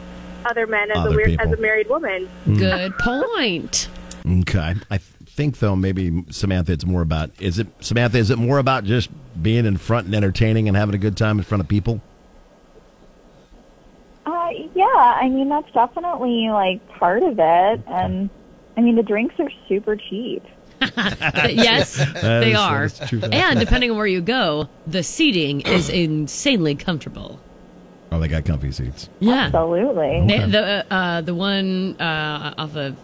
S21: other men as
S4: Other
S21: a weird,
S4: people.
S21: as a married woman.
S8: Good point.
S4: Okay. I th- think though maybe Samantha, it's more about is it Samantha? Is it more about just being in front and entertaining and having a good time in front of people?
S19: Uh, yeah, I mean that's definitely like part of it, and I mean the drinks are super cheap.
S8: But yes,
S19: That
S8: they
S19: is-
S8: are.
S19: that is true.
S8: And depending on where you go, the seating is insanely comfortable.
S4: Oh, they got comfy seats.
S8: Yeah,
S19: absolutely.
S8: They- the uh, the one uh, off of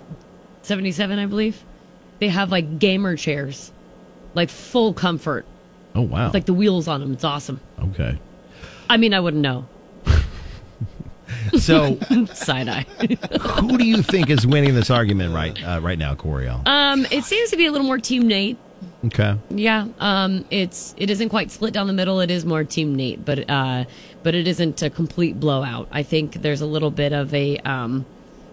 S8: seventy seven, I believe, they have like gamer chairs, like full comfort.
S4: Oh wow.
S8: With, like the wheels on them. It's awesome.
S4: okay.
S8: I mean, I wouldn't know.
S4: So
S8: side eye.
S4: who do you think is winning this argument right uh, right now, Coriel?
S8: um, it seems to be a little more Team Nate.
S4: Okay.
S8: Yeah. Um, it's it isn't quite split down the middle. It is more Team Nate, but uh, but it isn't a complete blowout. I think there's a little bit of a um,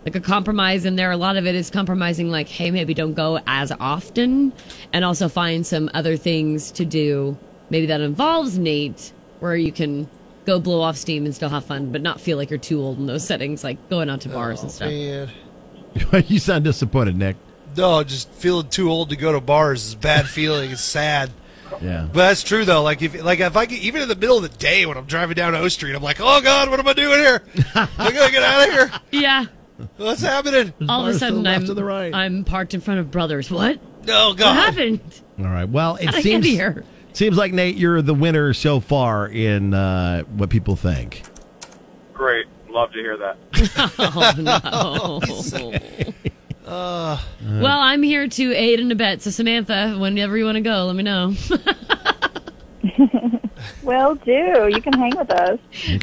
S8: like a compromise in there. A lot of it is compromising, like hey, maybe don't go as often, and also find some other things to do. Maybe that involves Nate, where you can go blow off steam and still have fun, but not feel like you're too old in those settings, like going out to bars and stuff.
S9: Oh, Man.
S4: you sound disappointed, Nick.
S9: No, just feeling too old to go to bars is a bad feeling. It's sad.
S4: Yeah.
S9: But that's true though. Like if like if I could, even in the middle of the day when I'm driving down O Street, I'm like, oh god, what am I doing here? I gotta get out of here.
S8: Yeah.
S9: What's happening?
S8: All of a sudden, I'm
S9: the right.
S8: I'm parked in front of brothers. What?
S9: Oh
S8: What happened?
S4: All right. Well, it
S8: Outta
S4: seems
S8: here.
S4: seems like Nate, you're the winner so far in uh, what people think.
S18: Great. Love to hear that.
S8: oh no. well, I'm here to aid and abet. So Samantha, whenever you want to go, let me know.
S19: Will do. You can hang with us.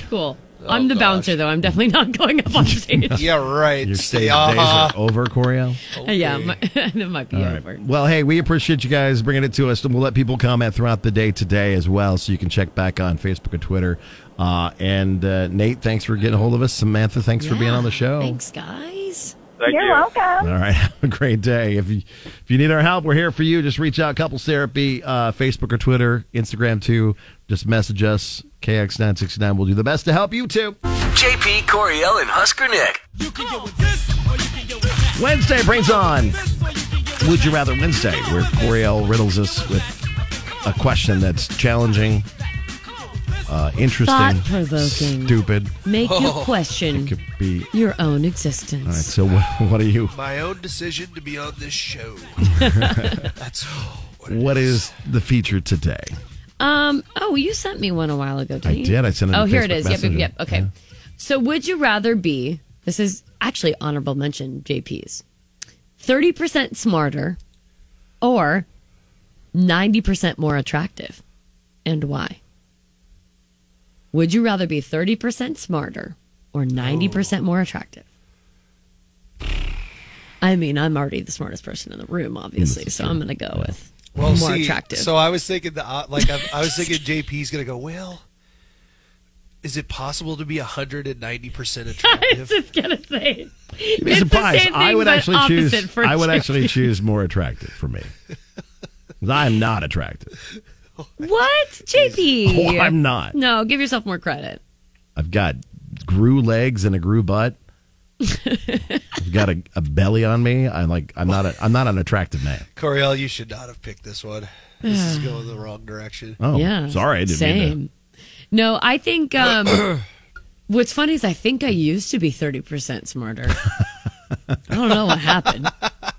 S8: cool.
S4: Oh,
S8: I'm the bouncer, though. I'm definitely not going up on stage.
S9: yeah, right.
S4: Your stage days
S9: Uh-huh.
S4: are over, Coriel.
S8: Yeah, my, that might be
S4: All
S8: over.
S4: right. Well, hey, we appreciate you guys bringing it to us, and we'll let people comment throughout the day today as well, so you can check back on Facebook and Twitter. Uh, and uh, Nate, thanks for getting a hold of us. Samantha, thanks for being on the show.
S8: Thanks, guys.
S19: You're welcome.
S4: All right, have a great day. If you if you need our help, we're here for you. Just reach out, Couples Therapy, uh, Facebook or Twitter, Instagram too. Just message us, KX969. We'll do the best to help you too.
S17: JP Coriel and Husker Nick.
S4: Wednesday brings on Would You Rather Wednesday, where Coriel riddles us with a question that's challenging, uh, interesting,
S8: Thought-provoking.
S4: stupid.
S8: Make you
S9: Oh.
S8: question
S4: Could be.
S8: your own
S4: All right,
S8: existence.
S4: so what, what are you?
S9: My own decision to be on this show. That's
S4: What is the feature today?
S8: Um. Oh, you sent me one a while ago. Didn't
S4: I
S8: you?
S4: did. I sent it
S8: Oh,
S4: to
S8: here it
S4: Facebook
S8: is. Yep. Yep.
S4: Messenger.
S8: Yep. Okay. So, would you rather be? This is actually honorable mention. JP's thirty percent smarter, or ninety percent more attractive, and why? Would you rather be thirty percent smarter or ninety percent more attractive? I mean, I'm already the smartest person in the room, obviously, so I'm going to go with
S9: well,
S8: more
S9: see,
S8: attractive.
S9: So I was thinking the uh, like I, I was thinking JP's gonna go. Well, is it possible to be hundred and ninety percent attractive?
S8: just gonna say.
S4: You'd be surprised. I would actually choose. I would actually choose more attractive for me. 'Cause I'm not attractive.
S8: What, JP?
S4: Oh, I'm not.
S8: No, give yourself more credit.
S4: I've got grew legs and a grew butt. I've got a, a belly on me. I like. I'm not. A, I'm not an attractive man.
S9: Coriel, you should not have picked this one. This is going the wrong direction.
S4: Oh, sorry. I didn't
S8: same.
S4: mean to-
S8: No, I think um, what's funny is I think I used to be thirty percent smarter. I don't know what happened.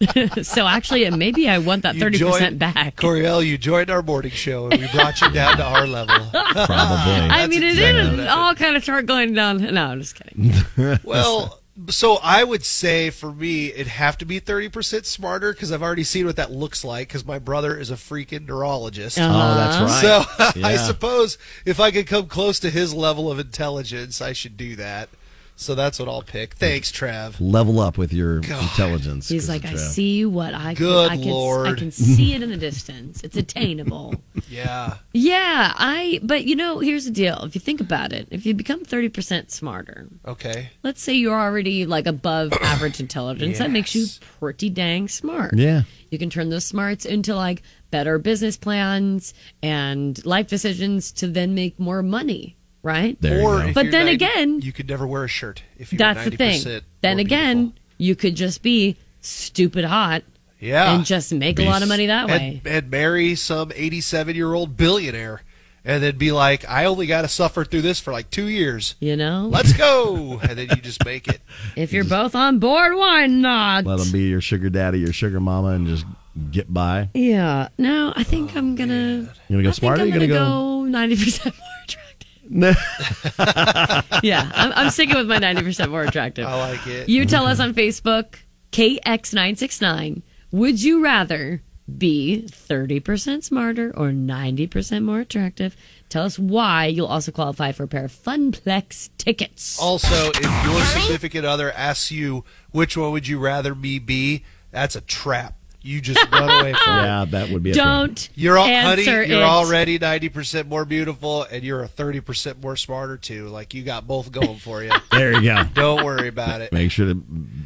S8: so actually, maybe I want that
S9: You
S8: thirty
S9: joined-
S8: percent back.
S9: Coriel, you joined our morning show and we brought you down to our level.
S4: Probably.
S8: I mean, it
S9: exactly what
S8: did
S9: happened.
S8: all kind of start going down. No, I'm just kidding.
S9: Well, so I would say for me, it'd have to be 30% smarter because I've already seen what that looks like because my brother is a freaking neurologist.
S4: Oh, that's Uh-huh.
S9: So
S4: right.
S9: I
S4: Yeah.
S9: suppose if I could come close to his level of intelligence, I should do that. So that's what I'll pick. Thanks, Trav.
S4: Level up with your intelligence.
S8: He's like, I see what I
S9: Good
S8: I can, I
S9: Lord.
S8: can see it in the distance. It's attainable.
S9: Yeah.
S8: Yeah, I. But you know, here's the deal. If you think about it, if you become thirty percent smarter,
S9: Okay.
S8: let's say you're already like above average intelligence, that makes you pretty dang smart.
S4: Yeah.
S8: You can turn those smarts into like better business plans and life decisions to then make more money, right?
S9: or if
S8: but
S9: you're
S8: then
S9: 90
S8: again,
S9: you could never wear a shirt if you were
S8: that's the
S9: 90%
S8: thing. Then again, you could just be stupid hot
S9: Yeah.
S8: and just make a lot of money that way.
S9: And, and marry some 87 year old billionaire and then be like, I only got to suffer through this for like two years.
S8: You know?
S9: Let's go. and then you just make it.
S8: If you're both on board, why not?
S4: Let
S9: um,
S4: him be your sugar daddy, your sugar mama, and just get by.
S8: Yeah. No, I think I'm gonna.
S4: You gonna go
S8: I think
S4: smarter?
S8: I'm
S4: You gonna go?
S8: go ninety percent more attractive.
S4: No.
S8: yeah, I'm, I'm sticking with my ninety percent more attractive.
S9: I like it.
S8: You tell us on Facebook KX969. Would you rather be thirty percent smarter or ninety percent more attractive? Tell us why. You'll also qualify for a pair of Funplex tickets.
S9: Also, if your significant other asks you, which one would you rather me be? That's a trap. You just run away from it.
S4: Yeah, that would be.
S8: Don't
S9: You're all, honey.
S8: answer
S9: You're
S8: it.
S9: already ninety percent more beautiful, and you're a thirty percent more smarter too. Like you got both going for you.
S4: A thing. There you go.
S9: Don't worry about it.
S4: Make sure to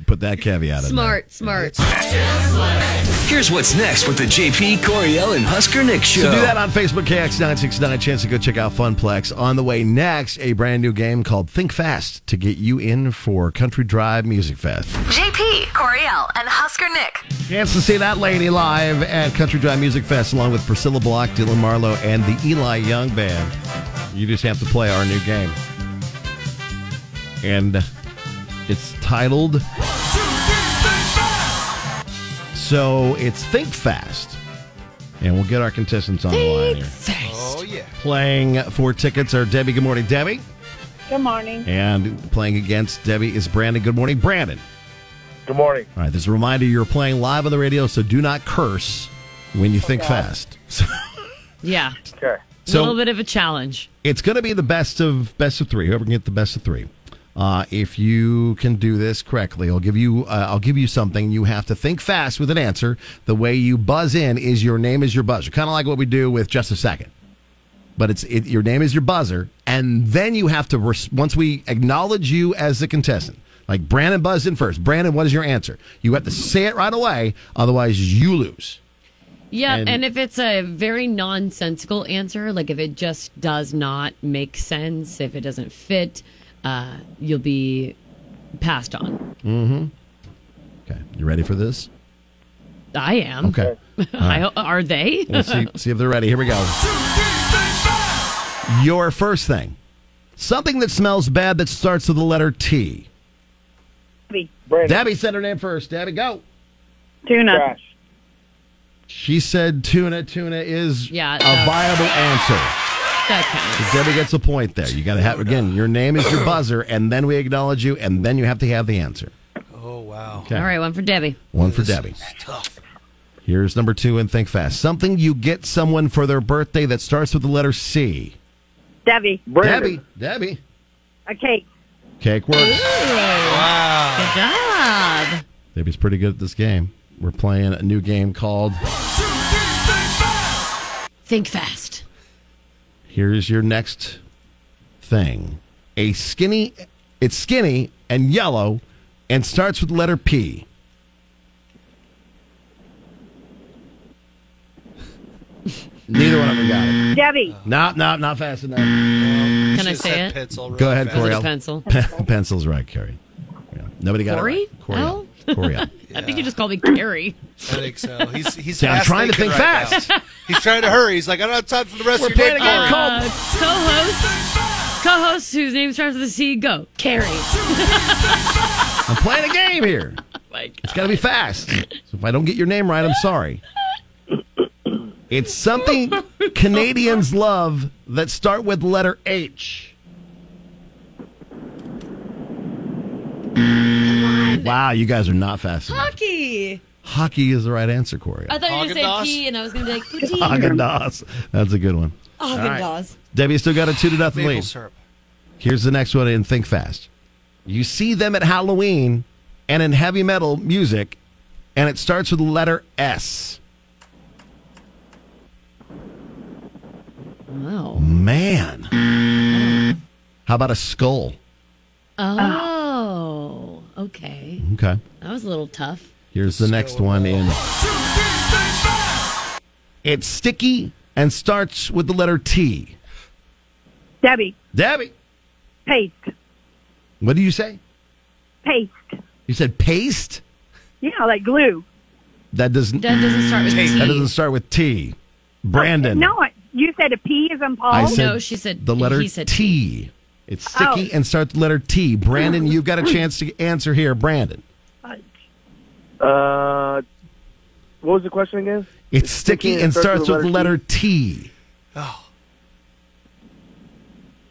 S4: put that caveat in. there.
S8: Smart, smart.
S17: Here's what's next with the JP Coriel and Husker Nick show.
S4: So do that on Facebook, KX969. Chance to go check out Funplex. On the way next, a brand new game called Think Fast to get you in for Country Drive Music Fest.
S1: JP, Coriel, and Husker Nick.
S4: Chance to see that lady live at Country Drive Music Fest along with Priscilla Block, Dylan Marlowe, and the Eli Young Band. You just have to play our new game. And it's titled. So it's Think Fast. And we'll get our contestants on the line here.
S9: Oh yeah.
S4: Playing for tickets are Debbie. Good morning, Debbie.
S2: Good morning.
S4: And playing against Debbie is Brandon. Good morning, Brandon.
S2: Good morning.
S4: All right, this is a reminder you're playing live
S2: Oh,
S4: on the radio, so do not curse when you think
S2: Okay.
S4: fast. So,
S8: Yeah.
S2: Okay.
S8: a little bit of a challenge.
S4: It's going to be the best of best of three. Whoever can get the best of three, uh, if you can do this correctly, I'll give you uh, I'll give you something. You have to think fast with an answer. The way you buzz in is your name is your buzzer, kind of like what we do with just a second. But it's it, your name is your buzzer, and then you have to res- once we acknowledge you as the contestant. Like Brandon buzzed in first. Brandon, what is your answer? You have to say it right away, otherwise you lose.
S8: Yeah,
S4: And-
S8: and, if it's a very nonsensical answer, like if it just does not make sense, if it doesn't fit, uh, you'll be passed on.
S4: Mm-hmm. Okay, you ready for this?
S8: I am.
S4: Okay.
S8: I, ho- are they?
S4: Let's see, see if they're ready. Here we go. Your first thing. Something that smells bad that starts with the letter T. Debbie said her name first. Debbie, go.
S3: Tuna.
S4: She said tuna. Tuna is
S3: Yeah,
S4: a
S8: uh,
S3: no.
S4: viable answer.
S8: That counts.
S4: So Debbie gets a point there. You got to have, again, your name is your buzzer, and then we acknowledge you, and then you have to have the answer.
S9: Oh wow.
S4: Okay.
S8: All right, one for Debbie.
S4: One for Debbie. Here's number two, and think fast. Something you get someone for their birthday that starts with the letter C.
S3: Debbie.
S4: Brandon. Debbie.
S3: A cake.
S4: Cake works.
S3: Wow.
S8: Good job.
S4: Debbie's pretty good at this game. We're playing a new game called
S8: Think fast.
S4: Here's Your Next Thing. A skinny, it's skinny and yellow and starts with the letter P. Neither one of them got it.
S3: Debbie.
S4: No, no, not fast enough. Can
S8: Can I say it?
S4: Go ahead,
S8: Is it a
S4: Coriel.
S8: pencil?
S4: Pencil's right, Carrie. Yeah. Nobody got
S8: Corey?
S4: it. Right. Coriel. Coriel.
S8: I think you just called me Carrie.
S9: I think so. He's he's
S4: See, I'm
S9: fast
S4: trying to
S9: thinking
S4: think
S9: right
S4: fast.
S9: now. He's trying to hurry. He's like, I don't have time for the rest
S4: We're
S9: of your day.
S4: playing a game
S9: Corey.
S8: Uh, co-host, co-host whose name starts with a C. Go, Carrie.
S4: I'm playing a game here. It's got to be fast. So if I don't get your name right, I'm sorry. It's something Canadians love that start with letter H. Wow, you guys are not fast. enough.
S8: Hockey.
S4: Hockey is the right answer, Corey.
S8: I thought you were going
S9: Haagen-Dazs?
S8: to say P, and I was going to be like poutine.
S4: Haagen-Dazs. That's a good one. All right.
S8: Haagen-Dazs.
S4: Debbie still got a two to nothing
S9: Maple
S4: lead.
S9: syrup.
S4: Here's the next one, and think fast. You see them at Halloween and in heavy metal music, and it starts with the letter S.
S8: Wow.
S4: Man. How about a skull? Ah.
S8: Oh, okay.
S4: Okay.
S8: That was a little tough.
S4: Here's the next one in. It's sticky and starts with the letter T.
S3: Debbie.
S4: Debbie,
S3: Paste.
S4: what do you say?
S3: Paste.
S4: You said paste?
S3: Yeah, like glue.
S4: That doesn't
S3: That doesn't start with T.
S4: That doesn't start with T. Brandon.
S3: No, I- you said a P is in Paul.
S8: Oh,
S4: I said the letter T. It's sticky and starts with the letter T. Brandon, you've got a chance to answer here. Brandon,
S22: Uh, what was the question again?
S4: it's sticky, and starts with the letter T.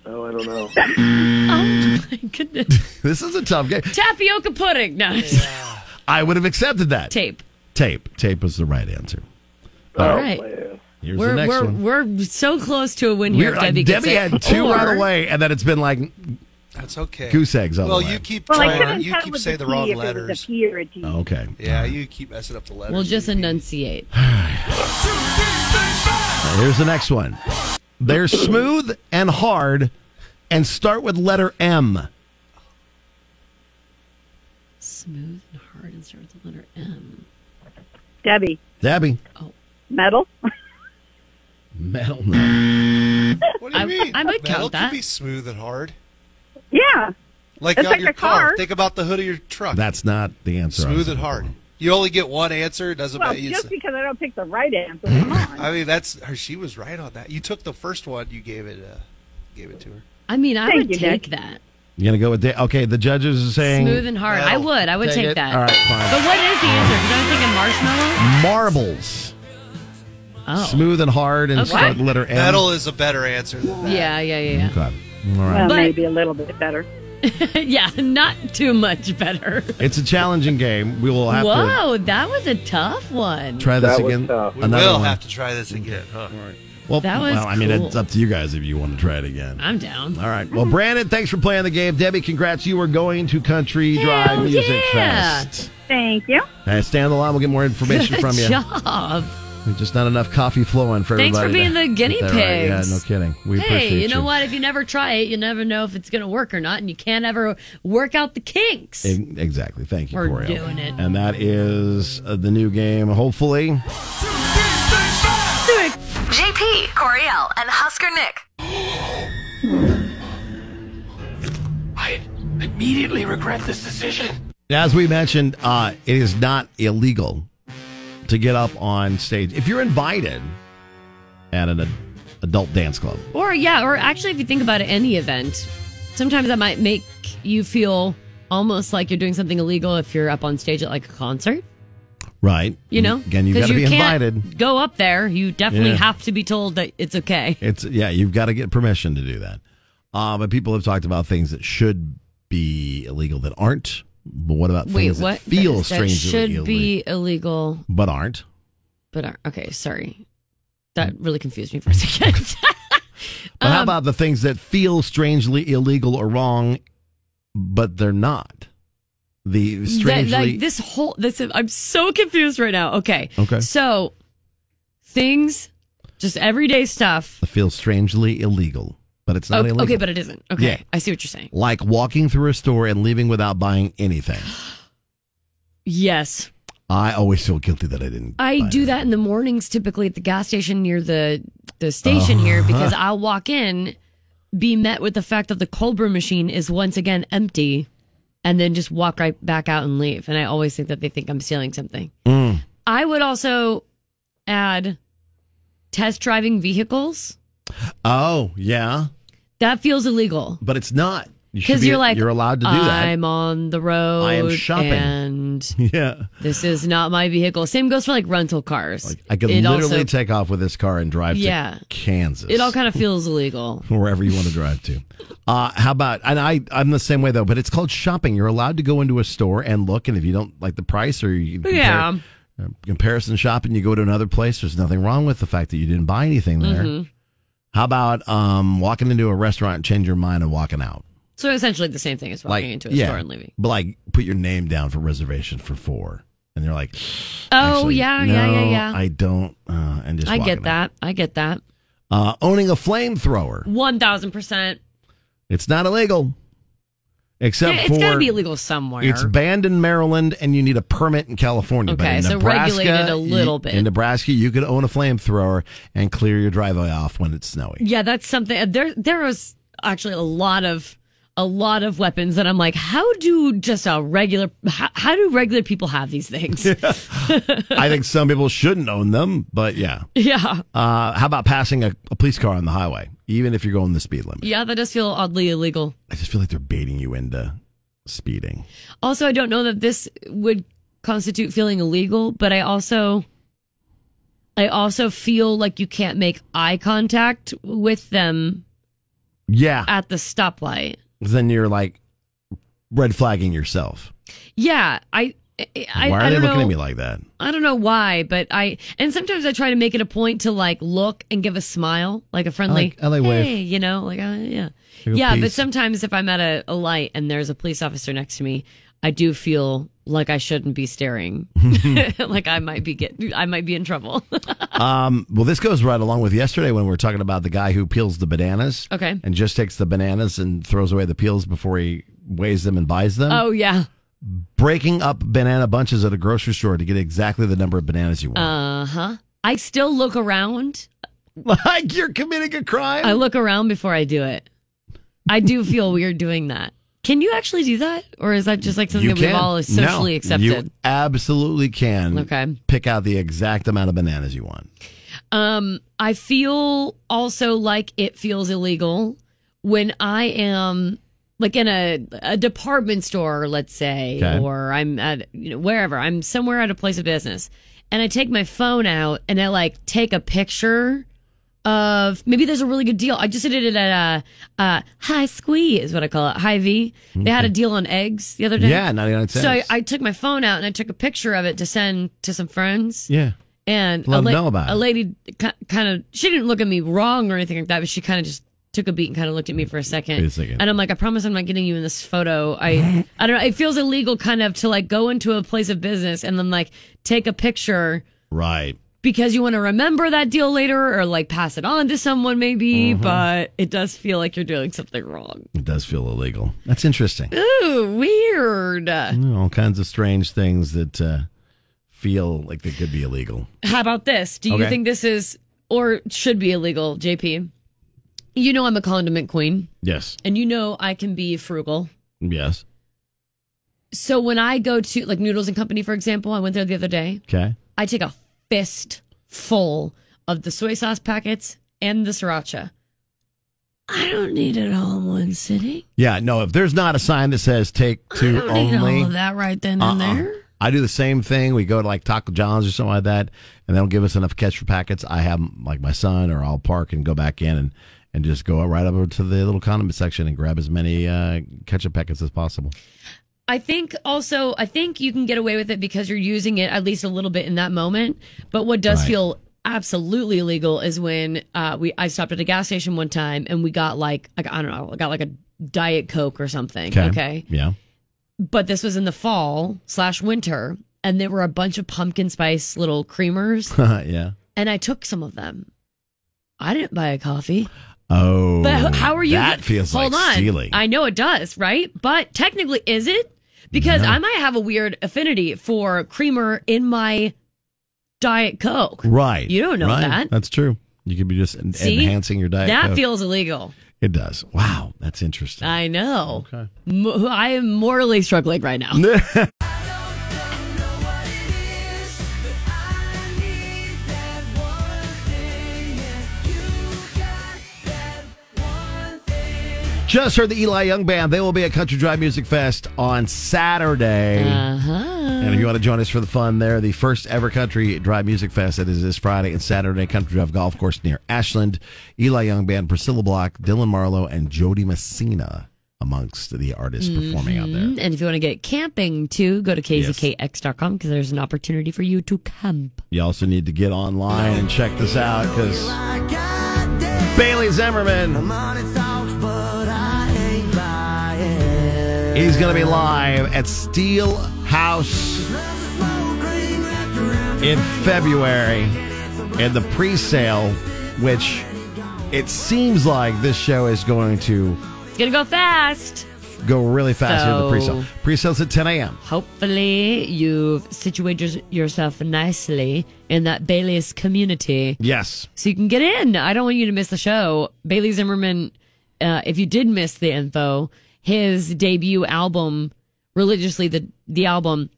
S22: Oh, I don't know.
S8: Oh my goodness!
S4: This is a tough game.
S8: Tapioca pudding. No,
S4: I would have accepted that.
S8: tape.
S4: Tape. Tape was the right answer.
S8: All right.
S4: Oh. Here's
S8: we're
S4: the next
S8: we're
S4: one.
S8: we're so close to a win here.
S4: We're- uh,
S8: if Debbie, gets it.
S4: had two
S8: Or-
S4: right away, and then it's been like
S9: That's okay.
S4: goose eggs all
S9: Well,
S4: the way.
S9: you keep
S3: Well, I
S9: trying.
S3: couldn't
S9: You
S3: tell it
S9: keep
S3: was
S9: saying
S3: a
S9: the
S3: P
S9: wrong
S3: if it
S9: letters.
S3: was a P or a T.
S4: Okay.
S9: Yeah, you keep messing up the letters.
S8: We'll just enunciate.
S4: Now, here's the next one. They're smooth and hard, and start with letter M.
S8: Smooth and hard and start with the letter M.
S3: Debbie.
S4: Debbie,
S3: Metal.
S4: metal. No.
S9: What do you
S3: I-
S9: mean?
S3: I might
S9: Metal
S3: count
S9: can
S3: that.
S9: be smooth and hard.
S3: Yeah.
S9: Like
S3: It's
S9: on
S3: like
S9: your
S3: a car.
S9: Think about the hood of your truck.
S4: That's not the answer. I was
S9: smooth and hard. You only get one answer. It doesn't
S3: Well,
S9: matter. It's-
S3: just because I don't pick the right answer. Come on.
S9: I mean, that's her. She was right on that. You took the first one. You gave it. Uh, gave it to her.
S8: I mean, I
S3: Thank
S8: would
S3: you,
S8: take that.
S4: You gonna go with da- okay? The judges are saying
S8: Smooth and hard. I would. I would
S4: Take
S8: take,
S4: it.
S8: that.
S4: All right, fine.
S8: But what is the answer? Because I was thinking marshmallow.
S4: marbles.
S8: Oh.
S4: Smooth and hard, and
S8: Okay.
S4: start with letter M.
S9: Metal is a better answer than that.
S8: Oh. Yeah, yeah, yeah,
S4: Okay. All right.
S3: Well,
S8: But-
S3: maybe a little bit better.
S8: yeah. yeah, not too much better.
S4: It's a challenging game. We will have
S8: Whoa, that was a tough one.
S4: to try this again.
S9: We will
S4: one.
S9: have to try this again. Huh?
S4: Well,
S8: That was
S4: well, I mean,
S8: cool. Mm-hmm.
S4: it's up to you guys if you want to try it again.
S8: I'm down.
S4: All right. Well, Brandon, thanks for playing the game. Debbie, congrats. You are going to Country Drive Music Fest.
S3: Thank you.
S4: Uh, stay on the line. We'll get more information
S8: Good
S4: from you.
S8: job.
S4: There's Just not enough coffee flowing for
S8: Thanks for
S4: everybody.
S8: being
S4: to
S8: the guinea
S4: get that right.
S8: pigs.
S4: Yeah, no kidding. We
S8: hey,
S4: appreciate
S8: you know
S4: you.
S8: what? If you never try it, you never know if it's going to work or not, and you can't ever work out the kinks.
S4: E- Exactly. Thank you,
S8: We're
S4: Corio.
S8: doing it.
S4: And that is uh, the new game. Hopefully,
S1: JP, Coriel, and Husker Nick.
S16: I immediately regret this decision.
S4: as we mentioned, uh, it is not illegal to get up on stage if you're invited at an ad- adult dance club.
S8: Or yeah, or actually, if you think about it, any event, sometimes that might make you feel almost like you're doing something illegal if you're up on stage at like a concert.
S4: Right.
S8: You know,
S4: Mm-hmm. Again, you've
S8: 'Cause
S4: got to
S8: you
S4: be
S8: can't
S4: invited.
S8: Go up there. You definitely
S4: Yeah.
S8: have to be told that it's okay.
S4: It's yeah, you've got to get permission to do that. Uh, but people have talked about things that should be illegal that aren't. But what about
S8: Wait,
S4: things
S8: what?
S4: that feel
S8: That- that
S4: strangely
S8: should
S4: illegal
S8: be illegal,
S4: but aren't?
S8: but are, okay. Sorry, that really confused me for a second.
S4: But
S8: Um,
S4: how about the things that feel strangely illegal or wrong, but they're not? The
S8: That-
S4: strangely
S8: like this whole this I'm so confused right now. Okay.
S4: Okay.
S8: So things, just everyday stuff.
S4: that feels strangely illegal, but it's not
S8: okay,
S4: illegal.
S8: okay, but it isn't. Okay.
S4: Yeah.
S8: I see what you're saying.
S4: like walking through a store and leaving without buying anything.
S8: Yes.
S4: I always feel guilty that I didn't.
S8: I do that in the mornings typically at the gas station near the the station here
S4: Uh-huh.
S8: because I'll walk in, be met with the fact that the cold brew machine is once again empty, and then just walk right back out and leave. And I always think that they think I'm stealing something.
S4: Mm.
S8: I would also add test driving vehicles.
S4: Oh yeah,
S8: That feels illegal.
S4: but it's not. You should
S8: Because
S4: be-
S8: you're like
S4: you're allowed to do that.
S8: I'm on the road.
S4: I am shopping.
S8: and
S4: yeah.
S8: this is not my vehicle. Same goes for like rental cars.
S4: I could
S8: It
S4: literally
S8: also-
S4: take off with this car and drive
S8: Yeah.
S4: to Kansas.
S8: It all kind of feels illegal.
S4: wherever you want to drive to. Uh, how about and I I'm the same way though, but it's called shopping. You're allowed to go into a store and look, and if you don't like the price or you compare-
S8: Yeah.
S4: uh, comparison shopping, you go to another place. There's nothing wrong with the fact that you didn't buy anything there.
S8: Mhm.
S4: How about um, walking into a restaurant, and change your mind, and walking out?
S8: So essentially the same thing as walking into a
S4: yeah,
S8: store and leaving.
S4: But like, put your name down for reservation for four, and they're like,
S8: Oh
S4: "Actually,
S8: yeah, yeah, yeah,
S4: no,
S8: yeah.
S4: I don't," uh, and just
S8: I
S4: walking
S8: get that. I get that.
S4: Uh, owning a flamethrower.
S8: One thousand percent.
S4: It's not illegal. Except
S8: It's
S4: for
S8: got to be illegal somewhere.
S4: It's banned in Maryland, and you need a permit in California. but
S8: Okay,
S4: in
S8: so
S4: Nebraska,
S8: regulated a little
S4: you-
S8: bit.
S4: In Nebraska, you could own a flamethrower and clear your driveway off when it's snowy.
S8: yeah, that's something. uh, There, there was actually a lot of a lot of weapons that I'm like, how do just a regular how, how do regular people have these things? Yeah.
S4: I think some people shouldn't own them, but yeah.
S8: yeah.
S4: Uh, how about passing a, a police car on the highway, even if you're going the speed limit?
S8: that does feel oddly illegal.
S4: I just feel like they're baiting you into speeding.
S8: Also, I don't know that this would constitute feeling illegal, but I also I also feel like you can't make eye contact with them
S4: Yeah,
S8: at the stoplight.
S4: then you're like red flagging yourself.
S8: Yeah, I I, I
S4: Why are
S8: I
S4: they
S8: don't
S4: looking
S8: know.
S4: at me like that?
S8: I don't know why, but I and sometimes I try to make it a point to like look and give a smile, like a
S4: I
S8: friendly
S4: like- I like wave.
S8: hey, you know, like uh, yeah,
S4: Like a
S8: yeah. But
S4: peace.
S8: sometimes if I'm at a, a light and there's a police officer next to me, I do feel like I shouldn't be staring, like I might be get I might be in trouble.
S4: Um, well, this goes right along with yesterday when we were talking about the guy who peels the bananas.
S8: Okay.
S4: And just takes the bananas and throws away the peels before he weighs them and buys them.
S8: oh yeah,
S4: Breaking up banana bunches at a grocery store to get exactly the number of bananas you want.
S8: uh huh. I still look around.
S4: Like you're committing a crime.
S8: I look around before I do it. I do feel weird doing that. Can you actually do that, or is that just like something that we've all
S4: No,
S8: socially accepted?
S4: You absolutely can.
S8: Okay.
S4: Pick out the exact amount of bananas you want.
S8: Um, I feel also like it feels illegal when I am like in a a department store, let's say,
S6: Okay.
S8: or I'm at you know wherever I'm somewhere at a place of business, and I take my phone out and I like take a picture of maybe there's a really good deal. I just did it at a uh, High Squee is what I call it, High V. They had a deal on eggs the other day.
S4: Yeah, 99
S8: So I,
S4: cents.
S8: I took my phone out and I took a picture of it to send to some friends.
S4: Yeah.
S8: And
S4: Let
S8: a,
S4: 'em know about
S8: a
S4: it.
S8: lady kind of, she didn't look at me wrong or anything like that, but she kind of just took a beat and kind of looked at me for a second.
S4: Wait a second.
S8: And I'm like, I promise I'm not getting you in this photo. I, I don't know. It feels illegal kind of to like go into a place of business and then like take a picture
S4: Right.
S8: because you want to remember that deal later or like pass it on to someone maybe,
S4: Mm-hmm.
S8: but it does feel like you're doing something wrong.
S4: It does feel illegal. That's interesting.
S8: Ooh, weird.
S4: Yeah, all kinds of strange things that uh, feel like they could be illegal.
S8: How about this? Do you
S4: Okay.
S8: think this is or should be illegal, JP? You know I'm a condiment queen
S4: Yes.
S8: and you know I can be frugal.
S4: Yes.
S8: So when I go to like Noodles and Company, for example, I went there the other day.
S4: Okay.
S8: I take a fist full of the soy sauce packets and the sriracha. I don't need it all in one sitting.
S4: Yeah. No. If there's not a sign that says "take two
S8: I don't need
S4: only,"
S8: all of that right then and
S4: Uh-uh.
S8: there.
S4: I do the same thing. We go to like Taco John's or something like that, and they don't give us enough ketchup packets. I have 'em, like my son, or I'll park and go back in and, and just go right over to the little condiment section and grab as many uh, ketchup packets as possible.
S8: I think also, I think you can get away with it because you're using it at least a little bit in that moment. But what does
S4: Right.
S8: feel absolutely illegal is when uh, we I stopped at a gas station one time and we got like, like I don't know, I got like a diet coke or something. okay?
S4: Yeah.
S8: but this was in the fall slash winter, and there were a bunch of pumpkin spice little creamers,
S4: yeah.
S8: and I took some of them. I didn't buy a coffee.
S4: Oh.
S8: But h- how are you?
S4: That
S8: get-
S4: feels
S8: Hold
S4: like
S8: on.
S4: stealing.
S8: I know it does, right? But technically, is it? Because
S4: No.
S8: I might have a weird affinity for creamer in my Diet Coke.
S4: Right.
S8: You don't know
S4: Right.
S8: that.
S4: That's true. You could be just en-
S8: See?
S4: enhancing your diet.
S8: that
S4: Coke.
S8: feels illegal.
S4: It does. Wow. That's interesting.
S8: I know. Okay. I am morally struggling right now.
S4: Just heard the Eli Young Band. They will be at Country Drive Music Fest on Saturday.
S8: Uh-huh.
S4: And if you want to join us for the fun there, the first ever Country Drive Music Fest that is this Friday and Saturday, Country Drive Golf Course near Ashland. Eli Young Band, Priscilla Block, Dylan Marlowe, and Jody Messina amongst the artists performing out there.
S8: Mhm. And if you want to get camping too, go to kzkx.com because there's an opportunity for you to camp.
S4: You also need to get online and check this out because Bailey Zimmerman. He's going to be live at Steel House in February in the pre sale, which it seems like this show is going to
S8: Gonna go fast.
S4: go really fast here in the pre sale.
S8: So-
S4: Pre sale's at 10 a.m.
S8: Hopefully, you've situated your- yourself nicely in that Bailey's community
S4: Yes.
S8: so you can get in. I don't want you to miss the show. Bailey Zimmerman, uh, if you did miss the info, his debut album, religiously the the album,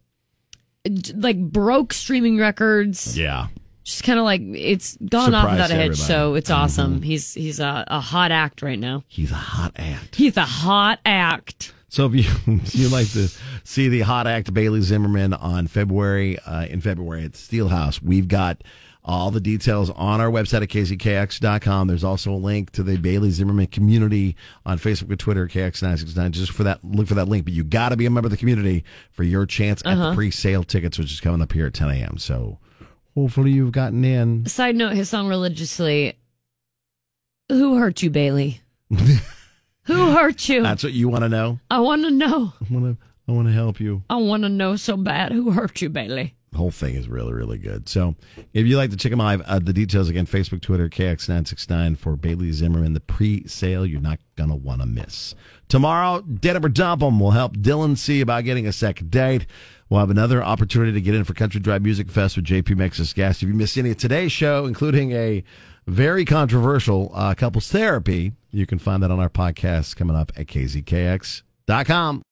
S8: j- like broke streaming records.
S4: Yeah.
S8: just kind of like it's gone off
S4: Surprised
S8: without a hitch. So
S4: everybody. Mm-hmm.
S8: it's awesome. He's he's a, a hot act right now.
S4: He's a hot act.
S8: He's a hot act.
S4: So if you if you like to see the hot act Bailey Zimmerman on February uh, in February at Steelhouse, we've got all the details on our website at kzkx.com. There's also a link to the Bailey Zimmerman community on Facebook and Twitter, KX969. Just for that, look for that link. But you got to be a member of the community for your chance at
S8: Uh-huh.
S4: the pre-sale tickets, which is coming up here at 10 a.m. So hopefully you've gotten in.
S8: Side note: His song "Religiously." Who hurt you, Bailey? Who hurt you?
S4: That's what you want to know.
S8: I want to know.
S4: I want to I want to help you.
S8: I want to know so bad. Who hurt you, Bailey?
S4: The whole thing is really, really good. So if you like to check them out, uh, the details again, Facebook, Twitter, KX969 for Bailey Zimmerman, the pre sale. You're not going to want to miss. Tomorrow, Dead or Dump 'em will help Dylan see about getting a second date. We'll have another opportunity to get in for Country Drive Music Fest with JP Mexis Gas. If you missed any of today's show, including a very controversial uh, couples therapy, you can find that on our podcast coming up at kzkx.com.